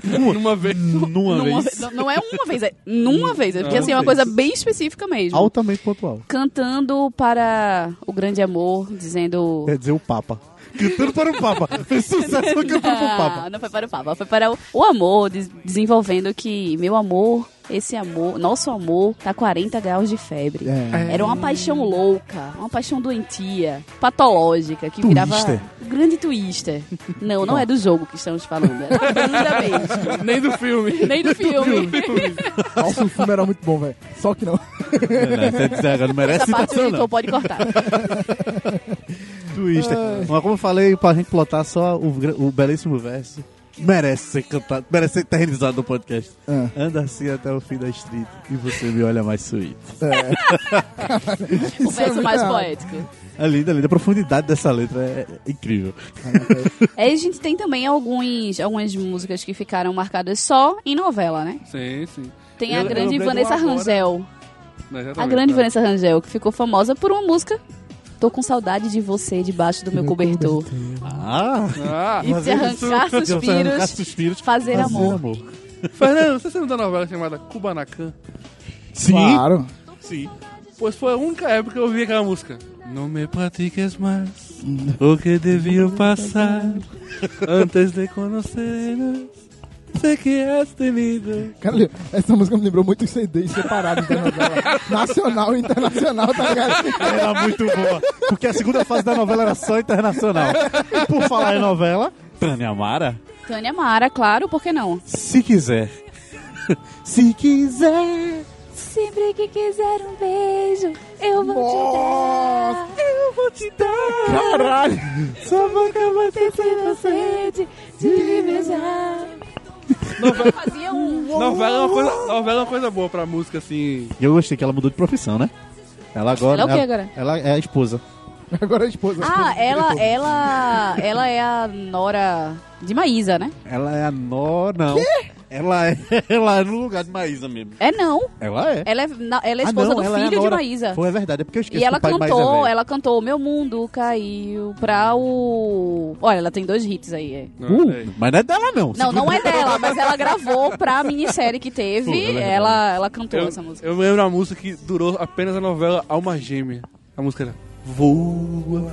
Speaker 1: Numa vez.
Speaker 8: Numa
Speaker 4: Numa
Speaker 8: vez.
Speaker 4: Não, não é uma vez, é numa vez. É porque assim, é uma
Speaker 1: vez.
Speaker 4: coisa bem específica mesmo.
Speaker 8: Altamente pontual.
Speaker 4: Cantando para o grande amor, dizendo.
Speaker 8: Quer dizer, o Papa. Cantando para o Papa. Fez sucesso
Speaker 4: Ah,
Speaker 8: cantando para o Papa.
Speaker 4: não foi para o Papa, foi para o, o amor, des- desenvolvendo que, meu amor, Esse amor, nosso amor, tá 40 graus de febre.
Speaker 3: É.
Speaker 4: Era uma paixão louca, uma paixão doentia, patológica, que virava um
Speaker 8: Twister.
Speaker 4: grande twister. Não, não é do jogo que estamos falando, é da banda mesmo.
Speaker 1: Nem do filme.
Speaker 4: Nem do filme.
Speaker 3: Nossa, o filme era muito bom, velho. Só que não.
Speaker 8: Não, não, não merece
Speaker 4: Essa parte é
Speaker 8: citação,
Speaker 4: o
Speaker 8: não.
Speaker 4: editor pode cortar.
Speaker 8: Twister. Mas como eu falei, pra gente plotar só o, gra- o belíssimo verso, merece ser cantado, merece ser eternizado no podcast.
Speaker 3: Ah.
Speaker 8: Anda assim até o fim da street e você me olha mais suíte.
Speaker 4: O verso
Speaker 3: muito
Speaker 4: mais
Speaker 3: errado.
Speaker 4: poético.
Speaker 8: É linda, linda. A profundidade dessa letra é é incrível.
Speaker 4: Aí a gente tem também alguns, algumas músicas que ficaram marcadas só em novela, né?
Speaker 1: Sim, sim.
Speaker 4: Tem
Speaker 1: Eu-
Speaker 4: a
Speaker 1: eu lembrei
Speaker 4: grande
Speaker 1: de uma
Speaker 4: Vanessa
Speaker 1: agora.
Speaker 4: Rangel.
Speaker 1: Não,
Speaker 4: A
Speaker 1: exatamente,
Speaker 4: grande
Speaker 1: né?
Speaker 4: Vanessa Rangel, que ficou famosa por uma música. Tô com saudade de você debaixo do meu cobertor.
Speaker 8: Ah!
Speaker 1: Ah,
Speaker 4: E se arrancar
Speaker 8: Arrancar
Speaker 4: suspiros,
Speaker 8: suspiros.
Speaker 4: fazer amor.
Speaker 1: Fernando, você se lembra da novela chamada Kubanacan?
Speaker 8: Sim,
Speaker 3: Claro.
Speaker 8: sim.
Speaker 1: Pois foi a única época que eu ouvi aquela música. Não me pratiques mais o que devia passar antes de conocer. Sei que has tenido.
Speaker 3: Cara, essa música me lembrou muito os CDs separados da novela. Nacional e internacional, tá ligado?
Speaker 8: Era é muito boa. Porque a segunda fase da novela era só internacional. E por falar em novela, Tânia Mara,
Speaker 4: Tânia Mara, claro, por que não?
Speaker 8: se quiser. Se quiser.
Speaker 4: Sempre que quiser um beijo, eu vou te dar. Eu vou te dar.
Speaker 3: Caralho.
Speaker 8: Sua boca vai ter
Speaker 4: sede de me beijar. Novela. Fazia um...
Speaker 1: Novela é, uma coisa, novela é uma coisa boa pra música, assim.
Speaker 8: E eu gostei que ela mudou de profissão, né? Ela agora.
Speaker 4: Ela é o quê agora?
Speaker 8: Ela é a esposa.
Speaker 3: Agora a esposa. a esposa
Speaker 4: Ah,
Speaker 3: do
Speaker 4: ela,
Speaker 3: diretor.
Speaker 4: ela, ela é a Nora de Maísa, né?
Speaker 8: Ela é a nó. Não. Ela é, ela é no lugar de Maísa mesmo.
Speaker 4: É não.
Speaker 8: Ela é.
Speaker 4: Ela é, na- ela é esposa
Speaker 8: Ah, não,
Speaker 4: do
Speaker 8: ela é a
Speaker 4: filho de
Speaker 8: Nora.
Speaker 4: Maísa.
Speaker 8: Foi, é verdade, é porque eu esqueci
Speaker 4: E ela
Speaker 8: que o pai de Maísa é
Speaker 4: cantou,
Speaker 8: velho.
Speaker 4: ela cantou Meu Mundo Caiu pra o... Olha, ela tem dois hits aí, é.
Speaker 1: Não, é.
Speaker 8: Mas não é dela, não.
Speaker 4: Não, não é dela, mas ela gravou pra minissérie que
Speaker 8: Pô,
Speaker 4: teve,
Speaker 8: ela é
Speaker 4: ela, ela cantou
Speaker 1: Eu,
Speaker 4: essa música.
Speaker 1: eu me lembro da música que durou apenas a novela Alma Gêmea. A música era Voa,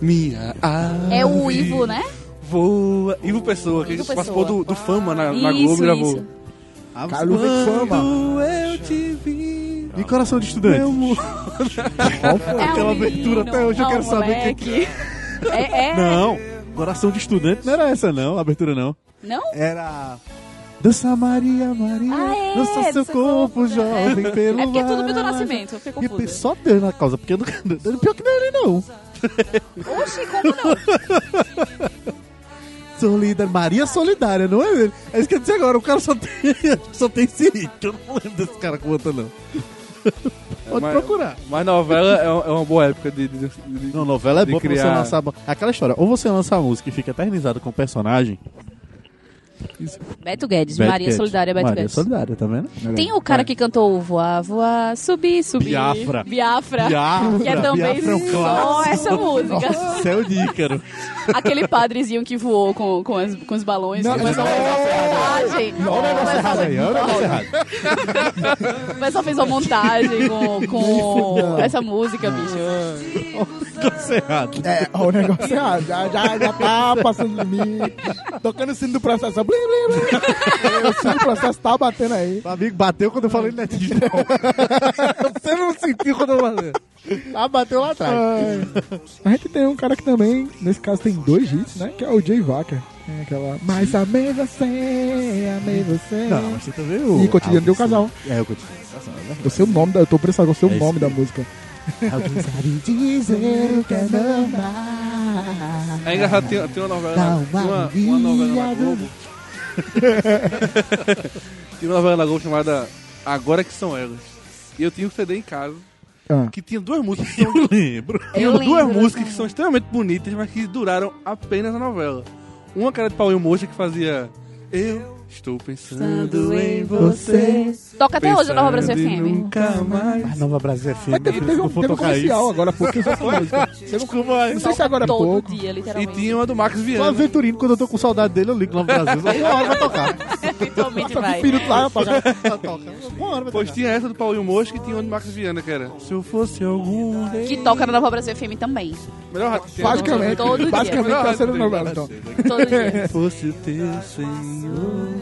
Speaker 1: minha ave.
Speaker 4: É o Ivo, né?
Speaker 1: Voa. Ivo Pessoa, que
Speaker 4: Ivo
Speaker 1: participou
Speaker 4: Pessoa.
Speaker 1: do, do Fama na, na
Speaker 4: Isso,
Speaker 1: Globo e gravou.
Speaker 4: isso.
Speaker 3: Caralho, vem fama.
Speaker 1: eu te vi.
Speaker 8: E coração de estudante.
Speaker 4: É
Speaker 8: Aquela
Speaker 4: um
Speaker 8: abertura até hoje, eu
Speaker 4: não,
Speaker 8: quero saber o que
Speaker 4: moleque. É, é.
Speaker 8: Não, coração de estudante não era essa, não. A abertura, não.
Speaker 4: Não?
Speaker 8: Era... Dança Maria, Maria,
Speaker 4: Ah, é,
Speaker 8: dança seu
Speaker 4: dança
Speaker 8: corpo,
Speaker 4: corpo,
Speaker 8: jovem, pelo
Speaker 4: É porque é tudo Milton
Speaker 8: ar.
Speaker 4: Nascimento, eu fiquei
Speaker 8: E tem
Speaker 4: confusa.
Speaker 8: só Deus na causa, porque eu não... Pior que não é ele, não.
Speaker 4: Oxi, como não?
Speaker 8: Solidária, Maria Solidária, não é ele? É isso que eu disse agora, o cara só tem, só tem esse hit. Eu não lembro desse cara com outra, não. Pode
Speaker 1: mas-
Speaker 8: procurar.
Speaker 1: Mas novela é, é uma boa época de. de- de- de-
Speaker 8: Não, novela é
Speaker 1: de
Speaker 8: boa pra você
Speaker 1: criar-
Speaker 8: lançar. Aquela história, ou você lança a música e fica eternizado com o personagem.
Speaker 4: Beto Guedes,
Speaker 8: Beto
Speaker 4: Maria
Speaker 8: Guedes.
Speaker 4: Solidária, Beto
Speaker 8: Maria
Speaker 4: Guedes.
Speaker 8: Solidária, tá vendo?
Speaker 4: Tem o cara que cantou Voar, Voar, Subir, Subir.
Speaker 8: Biafra.
Speaker 4: Biafra.
Speaker 8: Biafra,
Speaker 4: Que é também
Speaker 8: Biafra é um
Speaker 4: só
Speaker 8: clássico.
Speaker 4: essa música.
Speaker 8: Céu de Ícaro.
Speaker 4: Aquele padrezinho que voou com, com, as- com os balões.
Speaker 3: Não,
Speaker 4: que o
Speaker 3: mas
Speaker 4: pessoal
Speaker 3: não,
Speaker 4: fez uma montagem. O pessoal-
Speaker 8: Tá
Speaker 4: O pessoal fez uma montagem com,
Speaker 8: é
Speaker 4: com essa música, bicho.
Speaker 8: Negócio errado. Tá
Speaker 3: É, ó, o negócio é, ah, já, já, já tá passando de mim. Tocando o sino do processo. ó, Blim, blim, blim. O sino do processo tá batendo aí.
Speaker 8: Meu amigo bateu quando eu falei né? netinho. Você não sentiu quando eu falei.
Speaker 3: Tá
Speaker 8: Ah, bateu lá atrás.
Speaker 3: Ai. A gente tem um cara que também, nesse caso, tem dois hits, né? Que é o Jay Vaca. Tem aquela. Mas amei você, amei você.
Speaker 8: Não, mas você tá vendo?
Speaker 3: E cotidiano de um casal.
Speaker 8: É, o cotidiano de um casal, é verdade.
Speaker 3: Eu sei o nome da. Eu tô precisando, eu sei o
Speaker 8: É isso
Speaker 3: nome da
Speaker 8: mesmo.
Speaker 3: música.
Speaker 8: Alguém sabe dizer o que é normal.
Speaker 1: É engraçado, tem, tem uma novela. Tem uma, uma novela na Globo. tem uma novela na Globo chamada Agora Que São Elas. E eu tinha um CD em casa
Speaker 3: Ah.
Speaker 1: que tinha duas músicas que são.
Speaker 8: Eu lembro.
Speaker 1: tinha
Speaker 4: lembro
Speaker 1: duas
Speaker 4: dessa
Speaker 1: músicas que são extremamente bonitas, mas que duraram apenas a novela. Uma que era de Paulinho Mocha que fazia. Eu estou pensando em você.
Speaker 4: Toca até hoje a Nova Brasil
Speaker 1: pensando em
Speaker 4: FM.
Speaker 1: Nunca mais.
Speaker 8: Mas Nova Brasil é feia.
Speaker 3: Mas teve, teve um, teve um comercial agora há pouco que usou essa música.
Speaker 8: Desculpa, aí.
Speaker 3: Não sei se agora é
Speaker 4: Todo
Speaker 3: pouco.
Speaker 4: dia,
Speaker 1: E
Speaker 4: literalmente.
Speaker 1: tinha uma do Max
Speaker 8: Sou
Speaker 1: Viana.
Speaker 8: aventurino, quando eu tô com saudade dele, eu ligo Nova Brasil. Só Uma hora vai tocar.
Speaker 4: Eventualmente
Speaker 3: Tá
Speaker 4: vai.
Speaker 3: com pirito lá, rapaz.
Speaker 8: Só toca. Uma hora vai
Speaker 1: Pois tinha essa do Paulinho Mocha que tinha uma do Max Viana, que era. Se eu fosse algum rei.
Speaker 4: Que toca na Nova Brasil FM também.
Speaker 1: Melhor
Speaker 3: Basicamente,
Speaker 4: Todo dia.
Speaker 3: basicamente tá sendo novela, então.
Speaker 4: Todo dia.
Speaker 1: fosse teu senhor,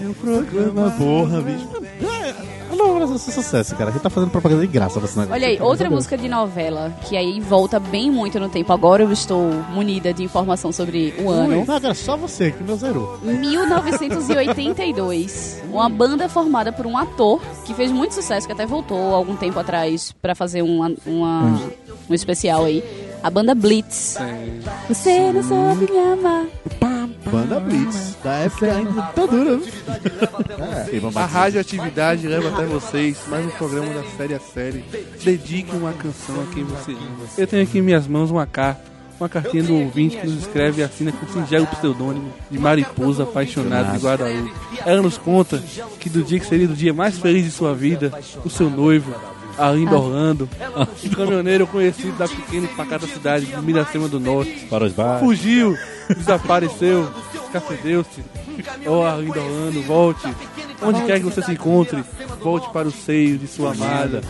Speaker 1: eu
Speaker 8: tocar. Uma porra, bicho. É, não, mas é
Speaker 3: um
Speaker 8: sucesso, cara. A gente tá fazendo propaganda de graça pra esse negócio.
Speaker 4: Olha aí, outra música de novela, que aí volta bem muito no tempo. Agora eu estou munida de informação sobre o ano.
Speaker 8: Não, cara, só você que o meu zerou.
Speaker 4: 1982. Uma banda formada por um ator que fez muito sucesso, que até voltou algum tempo atrás pra fazer uma, uma- um especial aí. A banda Blitz. Você não sabe me amar.
Speaker 8: Banda Blitz. Da época ainda tá dura. viu? É.
Speaker 1: A radioatividade leva até vocês mais um programa da série a série. Dedique uma canção a quem você ama. Eu tenho aqui em minhas mãos uma carta. Uma cartinha do ouvinte que nos escreve e assina com singelo pseudônimo de mariposa apaixonada de Guadalupe. Ela nos conta que do dia que seria o dia mais feliz de sua vida, o seu noivo, Arlindo Orlando, um caminhoneiro conhecido da pequena e pacata cidade de Miracema do Norte,
Speaker 10: Para os bares.
Speaker 1: Fugiu, desapareceu, escafedeu-se. Ó, ainda Orlando, volte. Onde quer que você se encontre, volte para o seio de sua amada.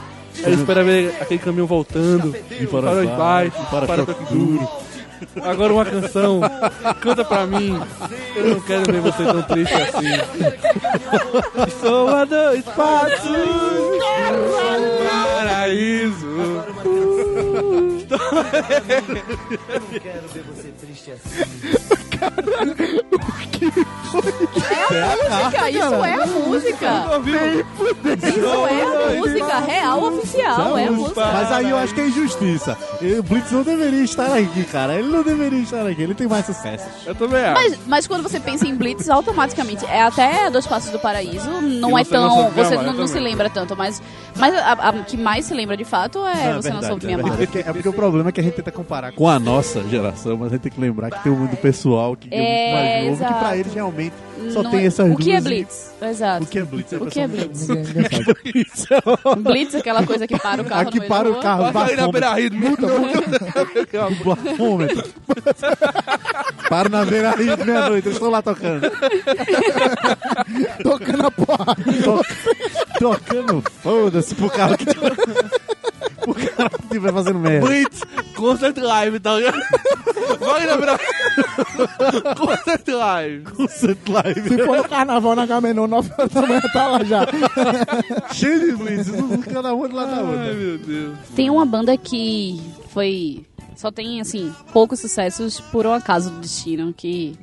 Speaker 1: Ela espera ver aquele caminhão voltando, para, os baixos, para, para toque duro. Agora uma canção, canta pra mim. Eu não quero ver você tão triste assim. Estou a dois passos do paraíso.
Speaker 4: Música, isso é a música. Isso é a música real, oficial. É a música.
Speaker 8: Mas aí eu acho que é injustiça. E O Blitz não deveria estar aqui, cara. Ele não deveria estar aqui. Ele tem mais sucessos.
Speaker 1: Eu também acho.
Speaker 4: Mas, mas quando você pensa em Blitz, automaticamente é até Dois Passos do Paraíso. Não
Speaker 1: E
Speaker 4: é
Speaker 1: você não soube me
Speaker 4: tão. Você
Speaker 1: amar,
Speaker 4: não,
Speaker 1: eu
Speaker 4: não se
Speaker 1: também.
Speaker 4: lembra tanto, mas, mas a, a que mais se lembra de fato é
Speaker 8: Não,
Speaker 4: Você Não Soube Me
Speaker 8: é
Speaker 4: Amar.
Speaker 8: verdade. É porque, é porque o problema é que a gente tenta comparar com a nossa geração, mas a gente tem que lembrar que tem um mundo pessoal que
Speaker 4: É,
Speaker 8: é, muito mais novo, que pra
Speaker 4: exato.
Speaker 8: eles realmente só
Speaker 4: Não
Speaker 8: tem
Speaker 4: é-
Speaker 8: essas
Speaker 4: O que é
Speaker 8: duas e-
Speaker 4: Blitz?
Speaker 8: O
Speaker 4: Exato.
Speaker 8: que é Blitz?
Speaker 4: O que é Blitz?
Speaker 8: Blitz? é
Speaker 4: Blitz é aquela coisa que para o carro. no
Speaker 8: Aqui
Speaker 4: meio
Speaker 8: para
Speaker 4: da
Speaker 8: o
Speaker 4: rua.
Speaker 8: carro,
Speaker 1: Passa ali na
Speaker 8: bafômetro.
Speaker 1: beira-rio, né? muda,
Speaker 8: Bafômetro. Para na beira aí de meia-noite, eu estou lá tocando.
Speaker 3: Tocando a porra.
Speaker 8: Toc- Tocando foda-se pro carro que tiver. pro carro que tiver fazendo merda.
Speaker 1: Blitz, Concert Live, tá ligado? Vai lembrar. Concert Live.
Speaker 8: Sunset Live.
Speaker 3: Se for no carnaval na Gamenon, 9 horas da manhã tá lá já.
Speaker 8: Cheio de blitz. Um fica na onda lá na
Speaker 1: Ai,
Speaker 8: outra.
Speaker 1: meu Deus.
Speaker 4: Tem uma banda que foi. Só tem, assim, poucos sucessos por um acaso do destino, que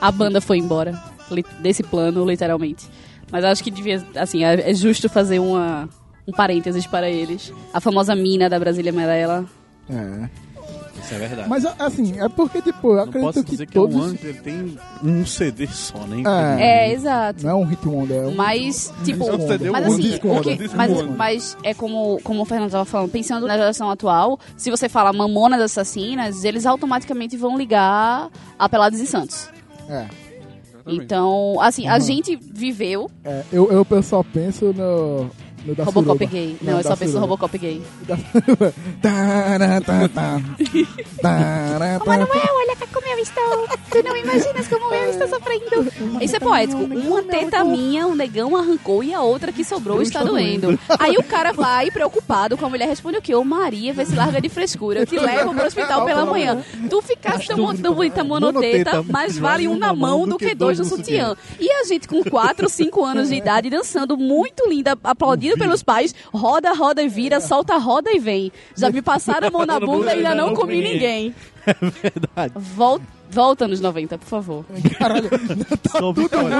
Speaker 4: a banda foi embora li- desse plano, literalmente. Mas acho que devia, assim, é é justo fazer uma, um parênteses para eles. A famosa mina da Brasília Amarela.
Speaker 10: Isso é verdade.
Speaker 3: Mas assim, é porque, tipo, eu
Speaker 8: Não
Speaker 3: acredito
Speaker 8: posso
Speaker 3: que
Speaker 8: dizer que é um
Speaker 3: todos.
Speaker 8: anjo, ele tem um CD só, né?
Speaker 3: É.
Speaker 4: É, exato.
Speaker 3: Não é um hit wonder, é um.
Speaker 4: Mas, tipo,
Speaker 3: disco
Speaker 1: Você deu
Speaker 4: mas
Speaker 1: um
Speaker 4: assim,
Speaker 3: disco
Speaker 4: o
Speaker 3: onda,
Speaker 4: que-
Speaker 3: um disco
Speaker 4: mas,
Speaker 3: onda.
Speaker 4: mas é como, como o Fernando estava falando, pensando na geração atual, se você fala Mamonas Assassinas, eles automaticamente vão ligar a Pelados e Santos.
Speaker 3: É.
Speaker 4: Então, assim, a gente viveu
Speaker 3: É, eu, eu, eu só penso no. no
Speaker 8: tá
Speaker 3: da
Speaker 4: Robocop é
Speaker 3: Suruba.
Speaker 4: gay.
Speaker 3: Não,
Speaker 4: Não, eu
Speaker 3: da
Speaker 4: só penso no
Speaker 3: Suruba.
Speaker 4: Robocop gay.
Speaker 3: Da Suruba. Tará, tá, tá. Tará, tá, tá.
Speaker 4: olha como eu estou. Tu não imaginas como eu estou sofrendo. Isso é poético. Uma teta minha, o negão arrancou e a outra que sobrou está doendo. Aí o cara vai preocupado com a mulher responde o quê? Ô Maria, vê se larga de frescura. Eu te levo pro hospital pela manhã. Tu ficaste tão tão bonita monoteta, mas vale um na mão do que dois no sutiã. E a gente com 4, 5 anos de idade dançando muito linda, aplaudido pelos pais, roda, roda e vira, solta, roda e vem. Já me passaram a mão na bunda e ainda não comi ninguém.
Speaker 8: É
Speaker 4: Vol- Volta anos 90, por favor.
Speaker 3: Caralho,
Speaker 8: Só vitória.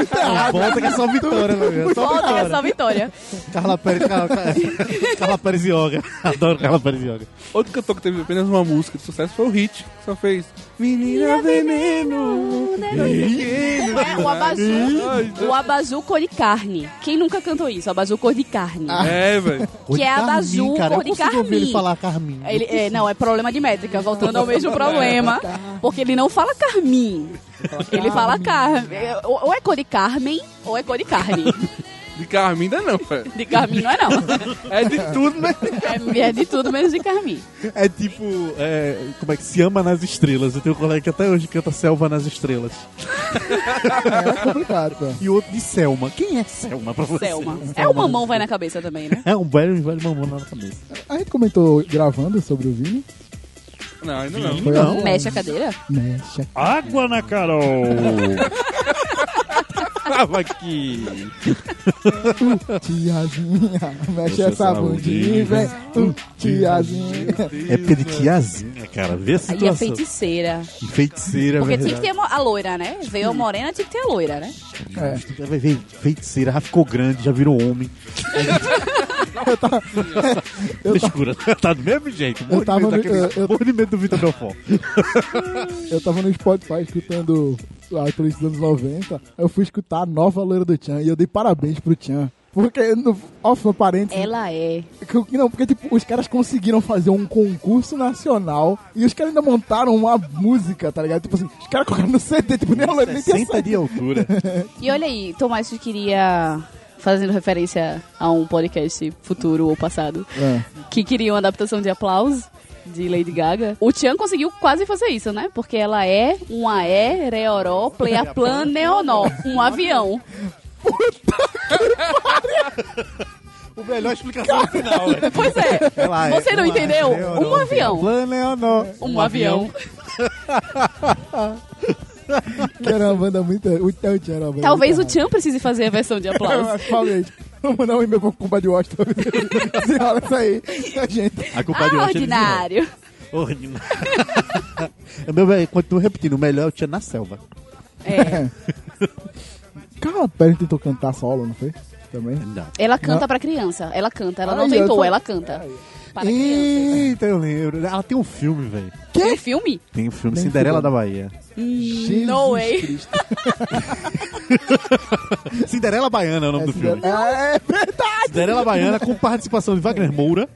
Speaker 8: Volta que é só vitória, meu amigo. Só
Speaker 4: Volta que é
Speaker 8: vitória.
Speaker 4: só vitória.
Speaker 8: Carla Pérez, Carla, Carla Pérez Yoga. Adoro Carla Pérez Yoga.
Speaker 1: Outro cantor que teve apenas uma música de sucesso foi o Hit. que Só fez Menina Veneno.
Speaker 4: É, o abajur, o abajur cor de carne. Quem nunca cantou isso? Abajur cor de carne.
Speaker 8: Ah,
Speaker 1: É, velho.
Speaker 8: Cor de
Speaker 4: é a da
Speaker 8: Carmin,
Speaker 4: Ju,
Speaker 8: cara.
Speaker 4: cor de
Speaker 8: Eu consigo ouvir ele
Speaker 4: Carmin.
Speaker 8: falar Carmin.
Speaker 4: Ele, é, não, é problema de métrica, voltando ao mesmo
Speaker 8: É,
Speaker 4: problema.
Speaker 8: tá.
Speaker 4: Porque ele não fala Carmin. Ele fala Carmen. Ou ou é cor de Carmen, ou é cor de carne.
Speaker 1: De Carmim ainda não, velho.
Speaker 4: De Carmin não é não.
Speaker 1: É de tudo, né?
Speaker 4: É, é de tudo menos de Carmin.
Speaker 8: É tipo, é, como é que se ama nas estrelas. Eu tenho um colega que até hoje canta Selva nas estrelas.
Speaker 3: é complicado, pô.
Speaker 8: E outro de Selma. Quem é Selma pra você?
Speaker 4: Selma. É o mamão vai na cabeça também, né?
Speaker 8: É um velho, velho mamão na cabeça.
Speaker 3: A gente comentou gravando sobre o Vini.
Speaker 1: Não, ainda não.
Speaker 3: Foi assim, né?
Speaker 8: Não.
Speaker 3: a-
Speaker 4: Mexe a cadeira.
Speaker 3: Mexe.
Speaker 10: Água na Carol.
Speaker 1: Tava aqui.
Speaker 3: Tiazinha, mexe
Speaker 8: Você
Speaker 3: essa
Speaker 8: sabe
Speaker 3: bundinha,
Speaker 8: onde
Speaker 3: vem. Uh, tiazinha.
Speaker 8: Época de tiazinha, cara. Vê a
Speaker 4: Aí é
Speaker 8: situação.
Speaker 4: feiticeira.
Speaker 8: Feiticeira,
Speaker 4: Porque
Speaker 8: verdade.
Speaker 4: tinha que ter mo- a loira, né? Veio a morena, tinha que ter a loira, né?
Speaker 8: Já É. vai ver feiticeira, já ficou grande, já virou homem. Frescura, tá do mesmo jeito. Morre
Speaker 3: Eu tava
Speaker 8: de medo,
Speaker 3: no-
Speaker 8: daquele-
Speaker 3: eu- eu-
Speaker 8: morre de medo do Vitor Belfort.
Speaker 3: Eu tava no Spotify escutando a playlist dos anos 90. Eu fui escutar a nova loira do Tchan e eu dei parabéns pro Tchan. Porque, no, off, no parênteses,
Speaker 4: Ela é.
Speaker 3: Que- que Não, porque tipo, os caras conseguiram fazer um concurso nacional e os caras ainda montaram uma música, tá ligado? Tipo assim, os caras colocaram no CD, tipo, nem a loira nem tinha
Speaker 8: 60
Speaker 3: saído.
Speaker 8: de altura.
Speaker 4: E olha aí, Tomás queria, fazendo referência a um podcast futuro ou passado,
Speaker 8: É.
Speaker 4: que queria uma adaptação de aplausos de Lady Gaga. O Tian conseguiu quase fazer isso, né? Porque ela é um aé, reoró, pleiaplan, neonó, um avião.
Speaker 8: O melhor explicação do final, velho.
Speaker 4: Pois é,
Speaker 8: Ela é
Speaker 4: você não
Speaker 8: uma
Speaker 4: entendeu?
Speaker 8: aeronave.
Speaker 4: Um avião.
Speaker 3: Leonor.
Speaker 4: Um avião.
Speaker 3: Que era uma banda muito. O Tchan Tchan era uma banda
Speaker 4: Talvez o
Speaker 3: muito
Speaker 4: Tian precise fazer a versão de
Speaker 3: errada.
Speaker 4: aplausos.
Speaker 3: É, Talvez. Vamos mandar um e-mail pra Cuba de Washington. Se rola isso aí. A gente.
Speaker 8: A culpa de hoje
Speaker 4: Ah,
Speaker 8: é
Speaker 4: ordinário.
Speaker 8: Ordinário. O meu, velho, Continuo repetindo, o melhor é o Tia na selva.
Speaker 4: É.
Speaker 3: Carla Pérez tentou cantar solo, não foi? Também.
Speaker 4: Ela canta pra criança. Ela canta. Ela não
Speaker 3: Ai, eu
Speaker 4: tentou,
Speaker 3: tô-
Speaker 4: ela canta. Para criança.
Speaker 8: Eita, eu lembro. Ela tem um filme, velho.
Speaker 4: Tem filme?
Speaker 8: Tem um filme, Cinderela da Bahia.
Speaker 3: Jesus
Speaker 4: no way.
Speaker 3: Cristo.
Speaker 8: Cinderela Baiana é o nome do filme.
Speaker 3: É,
Speaker 8: Cinderela Baiana com participação de Wagner Moura.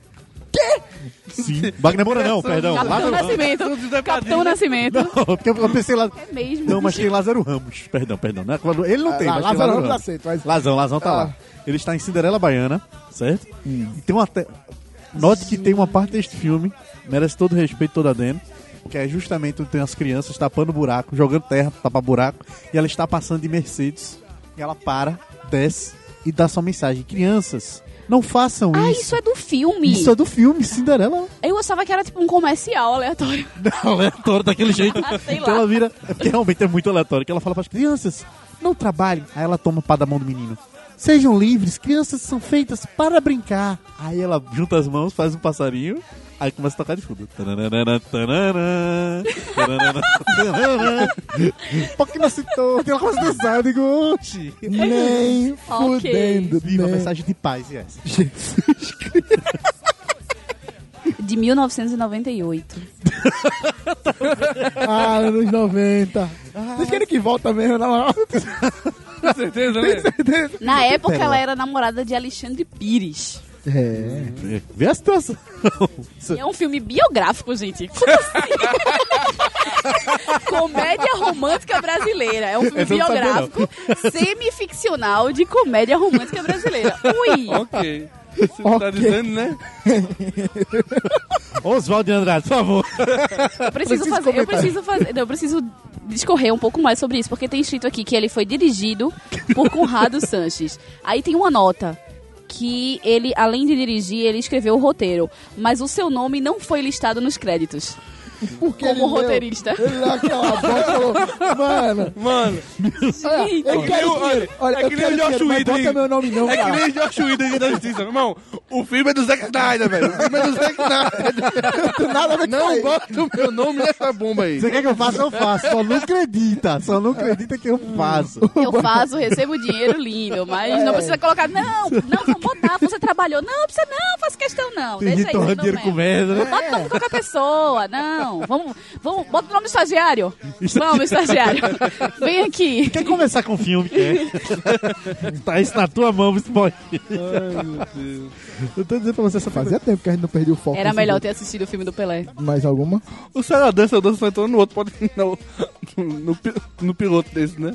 Speaker 8: Quê? Sim. Wagner Moura não, perdão.
Speaker 4: Capitão
Speaker 8: Lázaro
Speaker 4: Nascimento. Capitão Nascimento.
Speaker 8: Não, porque eu pensei lá.
Speaker 4: É mesmo.
Speaker 8: Não, mas tem Lázaro Ramos. Perdão, perdão. né? Ele não tem, mas tem
Speaker 3: Ah, Lázaro Ramos aceita, mas.
Speaker 8: Lazão, Lazão tá
Speaker 3: Ah. Hum.
Speaker 8: lá. Ele está em Cinderela Baiana, certo? E tem uma. Te... Note que tem uma parte deste filme, merece todo o respeito, toda adendo, que é justamente onde tem as crianças tapando buraco, jogando terra, tapa buraco, e ela está passando de Mercedes, e ela para, desce e dá sua mensagem. Crianças, não façam
Speaker 4: Ah,
Speaker 8: isso.
Speaker 4: isso é do filme.
Speaker 8: Isso é do filme, Cinderela.
Speaker 4: Eu achava que era tipo um comercial aleatório.
Speaker 8: aleatório daquele jeito.
Speaker 4: Ah, sei
Speaker 8: então
Speaker 4: lá.
Speaker 8: ela vira. É porque realmente é muito aleatório. Que ela fala para as crianças: não trabalhem. Aí ela toma o pá da mão do menino. Sejam livres, crianças são feitas para brincar. Aí ela junta as mãos, faz um passarinho, aí começa a tocar de fundo. Tananana, tananana, tananana, tananana. Um assim, Porque nasce todo, ela começa a dançar, eu digo, oxi.
Speaker 3: Nem
Speaker 4: Ok.
Speaker 3: fudendo.
Speaker 8: Viva a
Speaker 3: nem-
Speaker 8: mensagem de paz, e essa.
Speaker 4: De 1998.
Speaker 3: Ah, anos 90. Vocês querem que volta mesmo? Não, não.
Speaker 1: Com certeza, né?
Speaker 4: Na época ela era namorada de Alexandre Pires.
Speaker 3: É.
Speaker 8: Vê a situação.
Speaker 4: E é um filme biográfico, gente. Como assim? comédia romântica brasileira. É um filme
Speaker 8: Essa eu não sabia,
Speaker 4: biográfico semificcional de comédia romântica brasileira. Ui!
Speaker 1: Ok. Você não tá
Speaker 3: Ok.
Speaker 1: dizendo, né?
Speaker 8: Oswaldo de Andrade, por favor.
Speaker 4: Eu preciso, fazer, eu preciso fazer, não, eu preciso discorrer um pouco mais sobre isso, porque tem escrito aqui que ele foi dirigido por Conrado Sanches. Aí tem uma nota que ele, além de dirigir, ele escreveu o roteiro, mas o seu nome não foi listado nos créditos.
Speaker 3: Porque
Speaker 4: Como
Speaker 3: ele leu-
Speaker 4: roteirista.
Speaker 3: Ele leu aquela bola e falou, mano,
Speaker 1: Mano,
Speaker 4: Gente,
Speaker 3: eu
Speaker 1: É que
Speaker 3: quero
Speaker 1: nem o-
Speaker 3: dinheiro. Olha,
Speaker 1: é
Speaker 3: eu
Speaker 1: que nem
Speaker 3: quero
Speaker 1: o Josh
Speaker 3: dinheiro, mas
Speaker 1: Whedon,
Speaker 3: bota
Speaker 1: hein?
Speaker 3: meu nome não,
Speaker 1: é que
Speaker 3: cara.
Speaker 1: nem Josh Whedon da Justiça. Irmão, o filme é do Zack Snyder, velho. O filme é do Zack Snyder.
Speaker 3: Nada a ver com
Speaker 1: Não
Speaker 3: isso.
Speaker 1: bota o meu nome nessa bomba aí.
Speaker 8: Você quer que eu faça? Eu faço. Só não acredita. Só não acredita que eu
Speaker 4: Hum.
Speaker 8: faço.
Speaker 4: eu faço, recebo dinheiro lindo, mas não precisa colocar, não, não, vou botar, você trabalhou. Não, precisa não, faço questão não.
Speaker 8: Tem
Speaker 4: Deixa
Speaker 8: gente
Speaker 4: aí, vocês
Speaker 8: torrando
Speaker 4: não
Speaker 8: então, dinheiro
Speaker 4: lembram.
Speaker 8: com merda, né?
Speaker 4: Bota o nome de qualquer pessoa, não. Vamos, vamos, bota o nome do estagiário. Vamos, estagiário. Vem aqui.
Speaker 8: Quer começar com o filme? Quer? tá isso na tua mão, esse boy.
Speaker 3: Eu tô dizendo pra você, essa fazia tempo que a gente não perdeu o foco.
Speaker 4: Era
Speaker 3: nesse
Speaker 4: melhor
Speaker 3: jogo.
Speaker 4: ter assistido o filme do Pelé.
Speaker 3: Mais alguma?
Speaker 1: O Sarah Dança, eu danço só entrou no outro, pode no, no, pi- no piloto desse, né?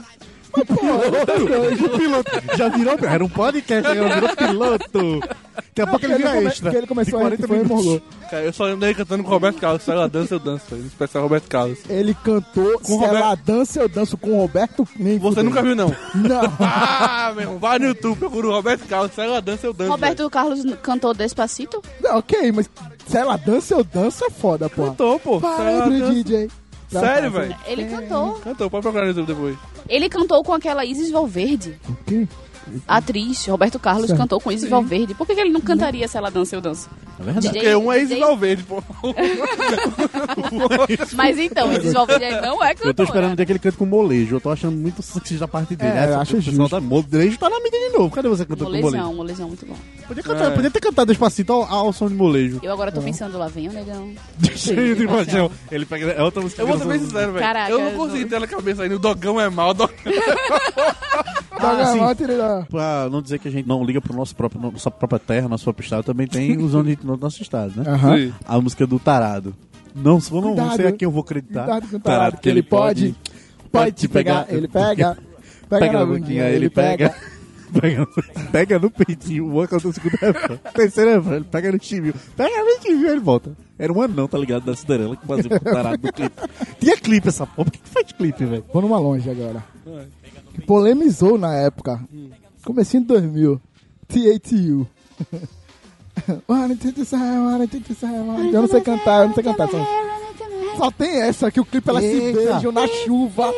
Speaker 8: o um piloto. Já virou. Era um podcast, agora virou piloto. Daqui a pouco ele
Speaker 3: Porque
Speaker 8: vira
Speaker 3: come-
Speaker 8: extra.
Speaker 3: porque ele começou
Speaker 8: De
Speaker 3: a gente foi e morgou.
Speaker 1: Cara, eu só lembro dele cantando com o Roberto Carlos. Sarah Dança, eu danço, velho. Especial Roberto Carlos.
Speaker 3: Ele cantou com
Speaker 1: Com
Speaker 3: Se
Speaker 1: Roberto-
Speaker 3: ela dança, eu danço com o Roberto Nem
Speaker 1: Você
Speaker 3: fudendo.
Speaker 1: nunca viu, não.
Speaker 3: Não.
Speaker 1: Ah, meu irmão, vai no YouTube, procura o Roberto Carlos, Sarah Dança, eu danço. velho.
Speaker 4: Roberto Carlos cantou Despacito?
Speaker 3: Não, ok, mas se ela dança, eu danço é foda, pô.
Speaker 1: Cantou, pô. Sarah
Speaker 3: Para pro
Speaker 1: Dança.
Speaker 3: DJ.
Speaker 1: Sério, velho?
Speaker 4: Ele cantou.
Speaker 1: Cantou, pode procurar no YouTube depois.
Speaker 4: Ele cantou com aquela Isis Valverde.
Speaker 3: O quê?
Speaker 4: A atriz, Roberto Carlos,
Speaker 3: Certo.
Speaker 4: cantou com Isis Valverde. Por que, que ele não cantaria se ela dança, eu danço?
Speaker 10: É verdade.
Speaker 1: Porque um é Isis
Speaker 4: DJ
Speaker 1: Valverde, pô.
Speaker 4: Mas então, Isis Valverde ele não é cantora.
Speaker 8: Eu tô esperando o dia que ele canta com molejo. Eu tô achando muito sexy da parte dele.
Speaker 3: É,
Speaker 8: Essa
Speaker 3: eu acho
Speaker 8: pessoa
Speaker 3: justo.
Speaker 8: Tá, molejo tá na mídia de novo. Cadê você cantando com molejo?
Speaker 4: Molejão, molejão, muito bom.
Speaker 8: Podia, cantar, podia ter cantado despacito ao, ao som de molejo.
Speaker 4: Eu agora tô pensando, lá vem o negão.
Speaker 8: Cheio de paixão. Ele pega. É outra música.
Speaker 1: Eu vou
Speaker 8: que
Speaker 1: ser bem sincero, velho.
Speaker 4: Caraca,
Speaker 1: Eu não consegui
Speaker 4: eu-
Speaker 1: ter na cabeça ainda. O Dogão é mal. o Dogão-
Speaker 3: Tá
Speaker 8: sim.
Speaker 3: gravando, tirei da...
Speaker 8: Pra não dizer que a gente não liga pro nosso próprio, nossa própria terra, nosso próprio estado, também tem os onde no nosso estado, né?
Speaker 3: Aham.
Speaker 1: Sim.
Speaker 8: A música do Tarado. Não, se eu não
Speaker 3: Cuidado.
Speaker 8: sei a quem eu vou acreditar.
Speaker 3: Cuidado com o tarado, que ele pode... Pode te pegar, ele pega.
Speaker 8: Pega na boquinha, ele pega. Pega, no- pega no peitinho, o Anca do segundo refrão. Terceiro refrão, ele pega no chimio. Pega no chimio, ele volta. Era um anão, tá ligado? Da Cinderela que fazia o tarado do clipe. Tinha clipe essa porra, por que que faz clipe, velho?
Speaker 3: Vou numa longe agora. Que polemizou na época. Comecinho de 2000. TATU. Wanna take this high, wanna take this high, wanna- Eu não sei cantar, eu não sei cantar. Só, só tem essa que o clipe elas se
Speaker 8: Eita.
Speaker 3: beijam na chuva.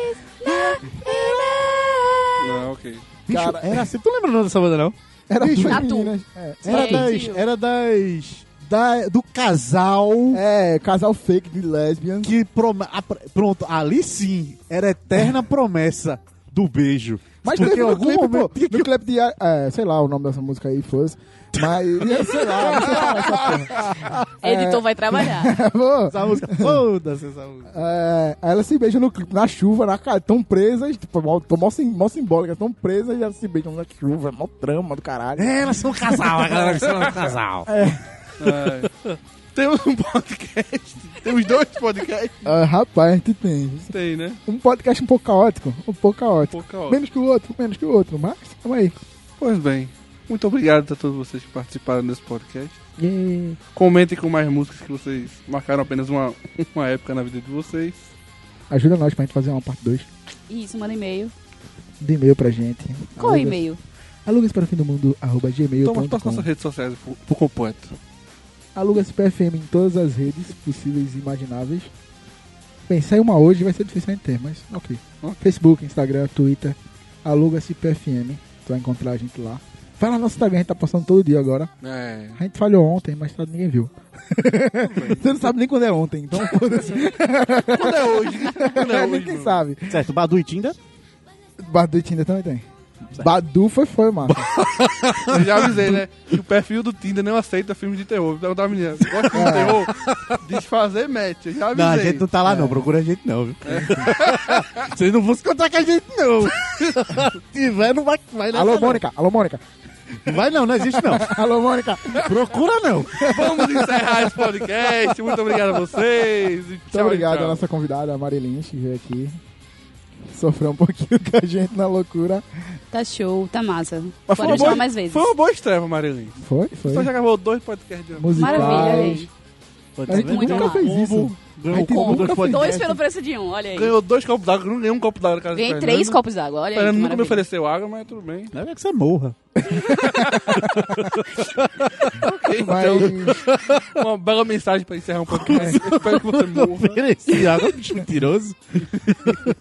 Speaker 1: Não, Ah, ok.
Speaker 8: Bicho,
Speaker 3: Cara,
Speaker 8: era assim. Tu lembra o nome dessa banda, não?
Speaker 3: Era bicho
Speaker 4: Tatu.
Speaker 3: meninas. É,
Speaker 8: Era
Speaker 4: Sim.
Speaker 8: das. Era das. da- do casal.
Speaker 3: é, casal fake de lesbian.
Speaker 8: Que prom- a- pronto, ali sim era a eterna promessa do beijo.
Speaker 3: Mas
Speaker 8: Porque
Speaker 3: teve
Speaker 8: em
Speaker 3: no
Speaker 8: algum
Speaker 3: clipe,
Speaker 8: momento
Speaker 3: pô. No clipe de. É, sei lá o nome dessa música aí, foda-se. Mas. é, sei lá, não sei falar essa porra.
Speaker 4: Editor vai trabalhar.
Speaker 3: Pô,
Speaker 8: essa música. Foda-se essa música.
Speaker 3: É, aí elas se beijam no clipe, na chuva, na cara, tão presas, tipo, mó, tô mó, sim, mó simbólica, tão presas e elas se beijam na chuva, mó trama do caralho.
Speaker 8: É, elas são um casal, a galera que são um casal.
Speaker 1: É. Temos um podcast. Temos dois podcasts.
Speaker 3: Ah, rapaz, a gente tem.
Speaker 1: Tem, né?
Speaker 3: Um podcast um pouco caótico, um pouco caótico.
Speaker 1: Pouca hora.
Speaker 3: Menos que o outro, menos que o outro, mas tamo aí.
Speaker 1: Pois bem, muito obrigado a todos vocês que participaram desse podcast. Comentem com mais músicas que vocês marcaram apenas uma, uma época na vida de vocês.
Speaker 3: Ajuda nós pra gente fazer uma parte 2
Speaker 4: Isso, manda e-mail.
Speaker 3: de e-mail pra gente.
Speaker 4: Qual é o e-mail?
Speaker 3: Alugas para o fim do mundo, arroba
Speaker 1: Então, mas passa
Speaker 3: gmail.com.
Speaker 1: nossas redes sociais por, por completo.
Speaker 3: Alugas PFM em todas as redes possíveis e imagináveis. Bem, sai uma hoje vai ser difícil a gente ter, mas ok.
Speaker 1: Ok.
Speaker 3: Facebook, Instagram, Twitter, aluga-se PFM. Tu vai encontrar a gente lá. Vai lá no nosso Instagram, a gente tá postando todo dia agora.
Speaker 1: É.
Speaker 3: A gente falhou ontem, mas tá- ninguém viu. Você não sabe nem quando é ontem, então foda-se.
Speaker 1: Quando é hoje? Quando é hoje?
Speaker 3: ninguém
Speaker 1: mano?
Speaker 3: sabe.
Speaker 8: Certo, Badu e Tinder?
Speaker 3: Badu e Tinder também tem. Badu foi foi, mano.
Speaker 1: Eu já avisei, né? Que o perfil do Tinder não aceita filmes de terror. Então, Da, da menina, gosta de filme de terror? Desfazer match. Eu já avisei.
Speaker 8: Ah. Não, a gente não tá
Speaker 3: É.
Speaker 8: lá não, procura a gente não, viu? Vocês não vão se encontrar com a gente não. Se tiver, não vai, vai nessa,
Speaker 3: Alô,
Speaker 8: não.
Speaker 3: Mônica. Alô, Mônica.
Speaker 8: Não Vai não, não existe não.
Speaker 3: Alô, Mônica.
Speaker 8: Procura não.
Speaker 1: Vamos encerrar esse podcast. Muito obrigado a vocês. e
Speaker 3: Muito
Speaker 1: tchau,
Speaker 3: obrigado
Speaker 1: tchau.
Speaker 3: à nossa convidada, a Mari Lynch, que veio aqui. Sofreu um pouquinho com a gente na loucura.
Speaker 4: Tá show, tá massa.
Speaker 1: Mas foi, uma
Speaker 4: Podemos
Speaker 1: boa,
Speaker 4: chamar mais vezes.
Speaker 1: foi uma boa estreia, Marilyn.
Speaker 3: Foi, foi.
Speaker 1: Você já gravou dois podcasts de
Speaker 3: Musicais.
Speaker 4: Maravilha, hein?
Speaker 3: A gente
Speaker 4: Muito
Speaker 3: nunca
Speaker 4: bom.
Speaker 3: fez isso.
Speaker 8: Combo.
Speaker 3: A gente
Speaker 4: Combo.
Speaker 3: nunca fez
Speaker 4: Dois pelo preço de um, olha aí.
Speaker 1: Ganhou dois copos d'água, não ganhei um copo d'água na casa
Speaker 4: Ganhei
Speaker 1: do
Speaker 4: três
Speaker 1: Fernando.
Speaker 4: copos d'água, olha aí.
Speaker 1: Fernando
Speaker 4: que
Speaker 1: nunca me
Speaker 4: maravilha.
Speaker 1: ofereceu água, mas tudo bem.
Speaker 8: Não é que você morra.
Speaker 3: Mas
Speaker 1: Então, Uma bela mensagem pra encerrar um podcast. Espero que você morra.
Speaker 8: Ofereci água, bicho mentiroso.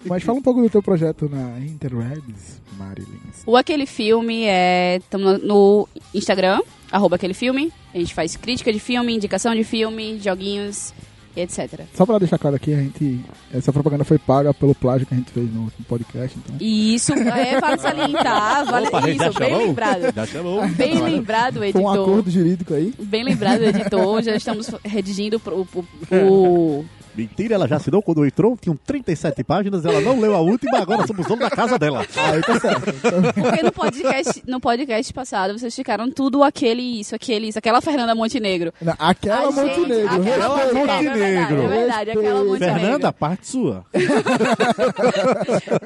Speaker 3: Mas fala um pouco do teu projeto na Interwebs, Marilins.
Speaker 4: O Aquele Filme é. Estamos no Instagram, arroba aquele filme. A gente faz crítica de filme, indicação de filme, joguinhos, etc.
Speaker 3: Só pra deixar claro aqui, a gente. Essa propaganda foi paga pelo plágio que a gente fez no último podcast, então.
Speaker 4: E isso é vale salientar, vale
Speaker 8: Opa, já
Speaker 4: isso, bem
Speaker 8: chamou?
Speaker 4: lembrado.
Speaker 8: Já chamou.
Speaker 4: Bem lembrado,
Speaker 3: Foi um
Speaker 4: editor.
Speaker 3: acordo jurídico aí.
Speaker 4: Bem lembrado, editor. Já estamos redigindo pro- pro- pro
Speaker 8: Mentira, ela já assinou quando entrou, tinham 37 páginas, ela não leu a última, agora somos dono da casa dela.
Speaker 4: Ah,
Speaker 8: é
Speaker 3: Aí tá certo. Então,
Speaker 4: Porque no podcast, no podcast passado, vocês ficaram tudo aquele isso, aquele isso, aquela Fernanda Montenegro.
Speaker 3: na- aquela
Speaker 4: Ai, gente,
Speaker 3: Montenegro.
Speaker 4: Aquela
Speaker 3: respeita.
Speaker 4: Montenegro. É verdade, é verdade, aquela
Speaker 3: Respeita.
Speaker 4: Montenegro.
Speaker 8: Fernanda, parte sua.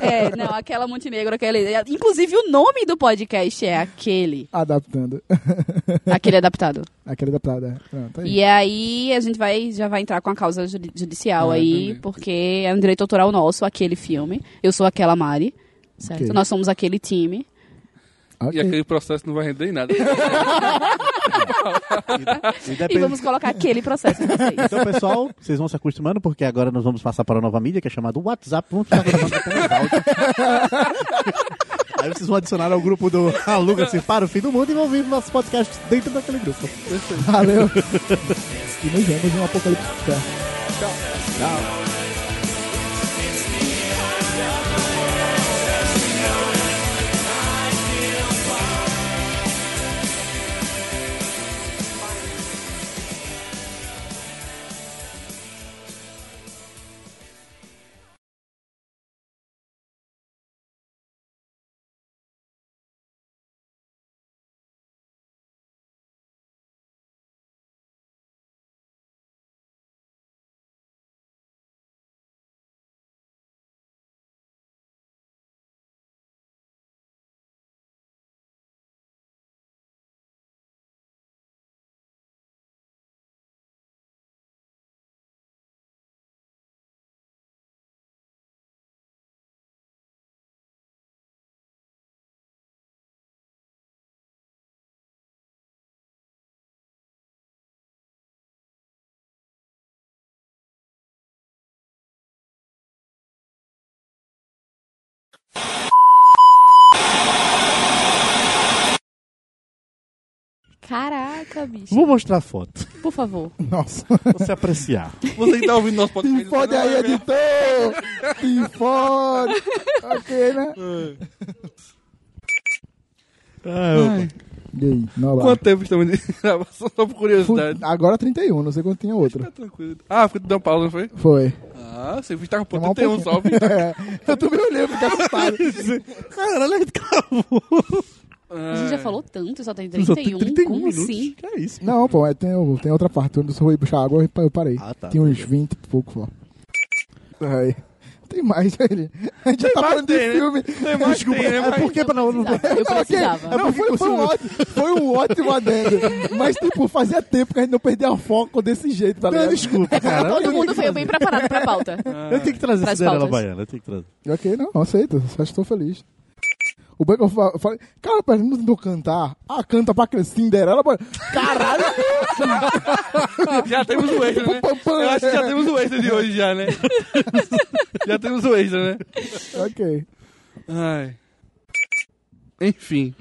Speaker 4: É, não, aquela Montenegro, aquele. Inclusive o nome do podcast é aquele.
Speaker 3: Adaptando.
Speaker 4: Aquele adaptado.
Speaker 3: Aquela adaptada. Pronto, tá aí.
Speaker 4: E aí a gente vai, já vai entrar com a causa judi-
Speaker 8: Ah,
Speaker 4: judicial aí, porque é um direito autoral nosso, aquele filme. Eu sou aquela Mari. Certo?
Speaker 3: Ok.
Speaker 4: Nós somos aquele time.
Speaker 1: E aquele processo não vai render em nada.
Speaker 8: E
Speaker 4: E
Speaker 8: depende-
Speaker 4: vamos colocar aquele processo em vocês.
Speaker 8: Então, pessoal, vocês vão se acostumando, porque agora nós vamos passar para a nova mídia, que é chamada WhatsApp. Vamos ficar gravando até no áudio. Aí vocês vão adicionar ao grupo do Aluga-se para o Fim do Mundo e vão ouvir nossos podcasts dentro daquele grupo.
Speaker 3: Valeu. e nos vemos no Apocalipse. Tchau.
Speaker 4: Caraca, bicho.
Speaker 8: Vou mostrar a foto,
Speaker 4: Por favor.
Speaker 3: Nossa.
Speaker 8: pra você apreciar.
Speaker 1: Você que tá ouvindo nosso podcast.
Speaker 3: Te fode
Speaker 1: é
Speaker 3: aí, editor! Te fode! ok, né? E aí? Não, lá.
Speaker 1: Quanto tempo estamos de gravação? Só por
Speaker 3: Fu-
Speaker 1: curiosidade.
Speaker 3: Agora 31, não sei quanto tinha outra.
Speaker 1: Tá tranquilo. Ah, porque tu deu uma pausa, não foi?
Speaker 3: Foi.
Speaker 1: Ah, você viu que tava com
Speaker 3: Tomar um
Speaker 1: 31 só. viu?
Speaker 3: É, eu também olhei, fiquei assustado.
Speaker 8: Caralho, ele acabou.
Speaker 4: A gente já falou tanto, só tem
Speaker 8: É. Só tem
Speaker 4: 31.
Speaker 8: 31
Speaker 4: Como
Speaker 8: minutos.
Speaker 4: assim?
Speaker 8: Que é isso?
Speaker 3: Não, pô, é, tem, o- tem outra parte. Quando eu só fui puxar água, eu pa- eu parei.
Speaker 8: Ah, tá.
Speaker 3: Tinha uns 20 e pouco, pô. Aí. Tem mais, velho. A gente já tá
Speaker 1: mais
Speaker 3: falando de
Speaker 1: tem, né?
Speaker 3: filme.
Speaker 1: mais
Speaker 3: Desculpa.
Speaker 1: tem, né?
Speaker 8: É porque pra não...
Speaker 4: Tá, Eu
Speaker 3: Não, ok.
Speaker 4: precisava.
Speaker 3: Não, foi, foi um ótimo, foi um ótimo adendo. Mas, tipo, fazia tempo que a gente não perdia foco desse jeito, tá ligado?
Speaker 8: Desculpa, cara.
Speaker 4: Todo mundo veio bem preparado pra pauta.
Speaker 8: Eu tenho que trazer
Speaker 4: Traz
Speaker 8: essa dela
Speaker 4: pautas.
Speaker 8: baiana. Eu tenho que trazer.
Speaker 3: Ok, não, eu aceito. Só estou feliz. O Banco of Fa- falei, cara, pera, não tentou cantar. Ah, canta pra crescer, Cinderela. Mas... Caralho!
Speaker 1: Já temos o extra, né?
Speaker 3: Pam, pam.
Speaker 1: Eu acho que já temos o extra de hoje, já, né? já temos o extra, né?
Speaker 3: ok.
Speaker 1: Ai. Enfim.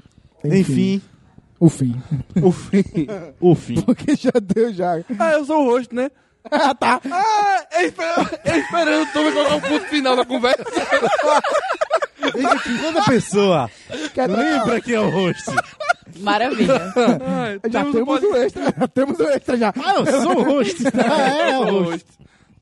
Speaker 8: Enfim,
Speaker 3: O fim.
Speaker 1: O fim.
Speaker 8: o fim.
Speaker 3: Porque já deu, já.
Speaker 1: Ah, eu sou o rosto, né?
Speaker 3: Ah, tá.
Speaker 1: Ah, eu esperando, eu esperando tu me colocar o ponto final da conversa.
Speaker 8: Veja que quando a pessoa
Speaker 3: Quer
Speaker 8: lembra que é o host...
Speaker 4: Maravilha.
Speaker 1: Ai,
Speaker 3: Ah, Já temos,
Speaker 1: o podcast.
Speaker 3: o extra. Já temos o extra, já.
Speaker 8: Ah, eu sou o host. Ah, é,
Speaker 1: Eu
Speaker 8: o
Speaker 1: sou o
Speaker 8: host.
Speaker 1: rosto.